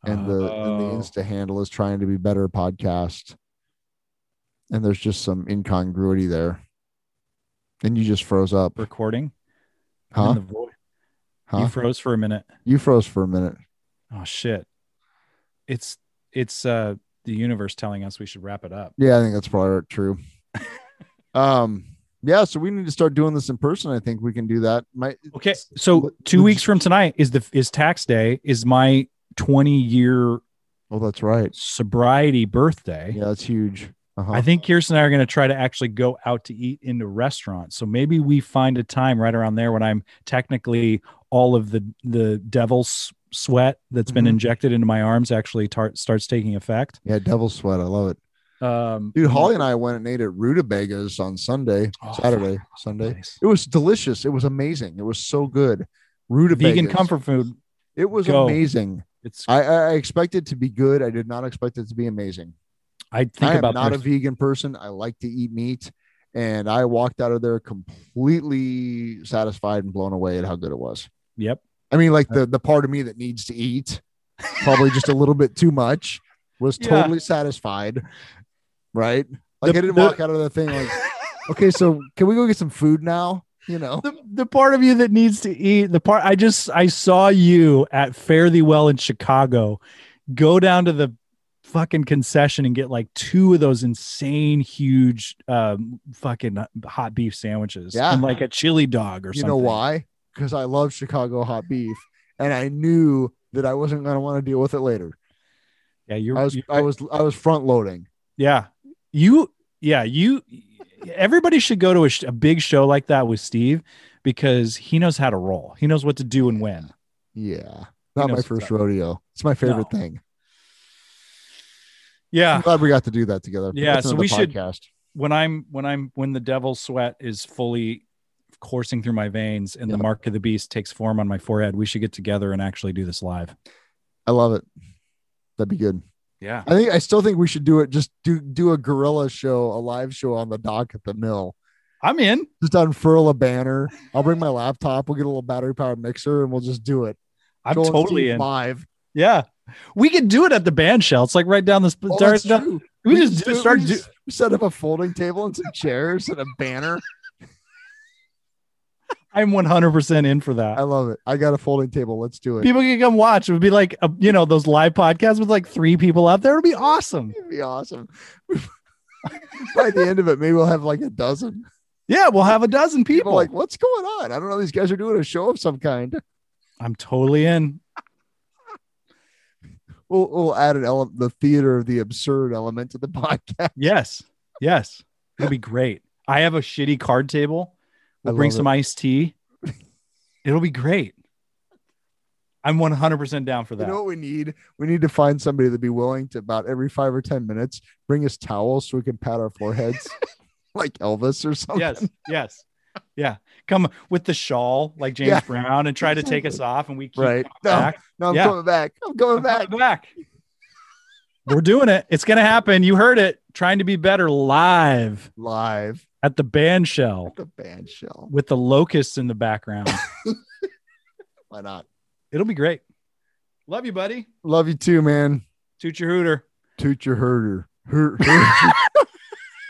and the and the
Oh.
insta handle is trying to be better podcast and there's just some incongruity there and you just froze up
recording.
huh
And the vo-
huh
You froze for a minute.
you froze for a minute
Oh shit! It's it's uh the universe telling us we should wrap it up.
yeah i think that's probably true um yeah so we need to start doing this in person i think we can do that my
Okay, so
le-
two
legit-
weeks from tonight is the is tax day. Is my twenty year
oh that's right
sobriety birthday.
yeah that's huge uh-huh.
I think Kirsten and I are going to try to actually go out to eat into restaurants. So maybe we find a time right around there when I'm technically all of the the devil's sweat that's been
Mhm.
injected into my arms actually tar- starts taking effect.
yeah devil sweat i love it
Um,
Dude, Holly and I went and ate at Rutabagas on Sunday,
Oh,
Saturday, Sunday.
nice.
It was delicious. It was amazing. It was so good. Rutabagas.
vegan comfort food.
It was
Go.
amazing.
It's
I, I I expected to be good. I did not expect it to be amazing.
I think
I am
about
not
their-
a vegan person. I like to eat meat, and I walked out of there completely satisfied and blown away at how good it was.
Yep.
I mean,
Uh,
like the the part of me that needs to eat, probably just a little bit too much, was
Yeah.
totally satisfied. Right? Like
The-
I didn't
the-
walk out of the thing like okay, so can we go get some food now? You know,
the, the part of you that needs to eat the part i just i saw you at fare thee well in chicago go down to the fucking concession and get like two of those insane huge um fucking hot beef sandwiches
Yeah.
and like a chili dog or
you
something
know why? Because I love Chicago hot beef, and I knew that I wasn't going to want to deal with it later.
yeah you're,
I was,
you're-
I was, I was front loading.
yeah you yeah you everybody should go to a, sh- a big show like that with steve because he knows how to roll he knows what to do and when
Yeah, not my
knows
first
what's up.
rodeo. It's my favorite
No.
thing.
yeah
I'm glad we got to do that together.
Yeah,
That's
so
another
we should-
podcast.
when I'm when I'm when the devil's sweat is fully coursing through my veins and
Yep.
the mark of the beast takes form on my forehead, we should get together and actually do this live.
I love it. That'd be good.
Yeah.
I think I still think we should do it. Just do do a gorilla show, a live show on the dock at the mill.
I'm in.
Just unfurl a banner. I'll bring my laptop. We'll get a little battery powered mixer, and we'll just do it.
I'm
Joel and
totally
Steve
in.
live.
Yeah. We could do it at the band shell. It's like right down the
Oh,
it's right
that's
down-
true.
we, just do,
do-
start
we
do,
just set up a folding table and some chairs and a banner.
I'm 100% in for that.
I love it. I got a folding table. Let's do it.
People can come watch. It would be like a, you know those live podcasts with like three people out there. It'd be awesome.
It'd be awesome. By the end of it, maybe we'll have like a dozen
Yeah, we'll have a dozen
people.
people.
Like, what's going on? I don't know. These guys are doing a show of some kind.
I'm totally in.
We'll, we'll add an element, the theater of the absurd element to the podcast.
Yes. Yes. It'll be great. I have a shitty card table.
I
We'll bring
love
some iced tea. It'll be great. I'm 100% down for
You
that.
know what we need? We need to find somebody that'd be willing to about every five or ten minutes bring us towels so we can pat our foreheads, like Elvis or something.
yes. Yes. Yeah. Come with the shawl like James
Yeah.
Brown and try to take us off and we keep
Right.
coming
No,
back.
no, I'm
Yeah.
coming back. I'm coming
I'm
back.
coming back. We're doing it. It's going to happen. You heard it. Trying to be better live
Live.
at the band shell
the band shell.
with the locusts in the background.
Why not?
It'll be great. Love you, buddy.
Love you too, man.
Toot your hooter.
Toot your herder. Her- her-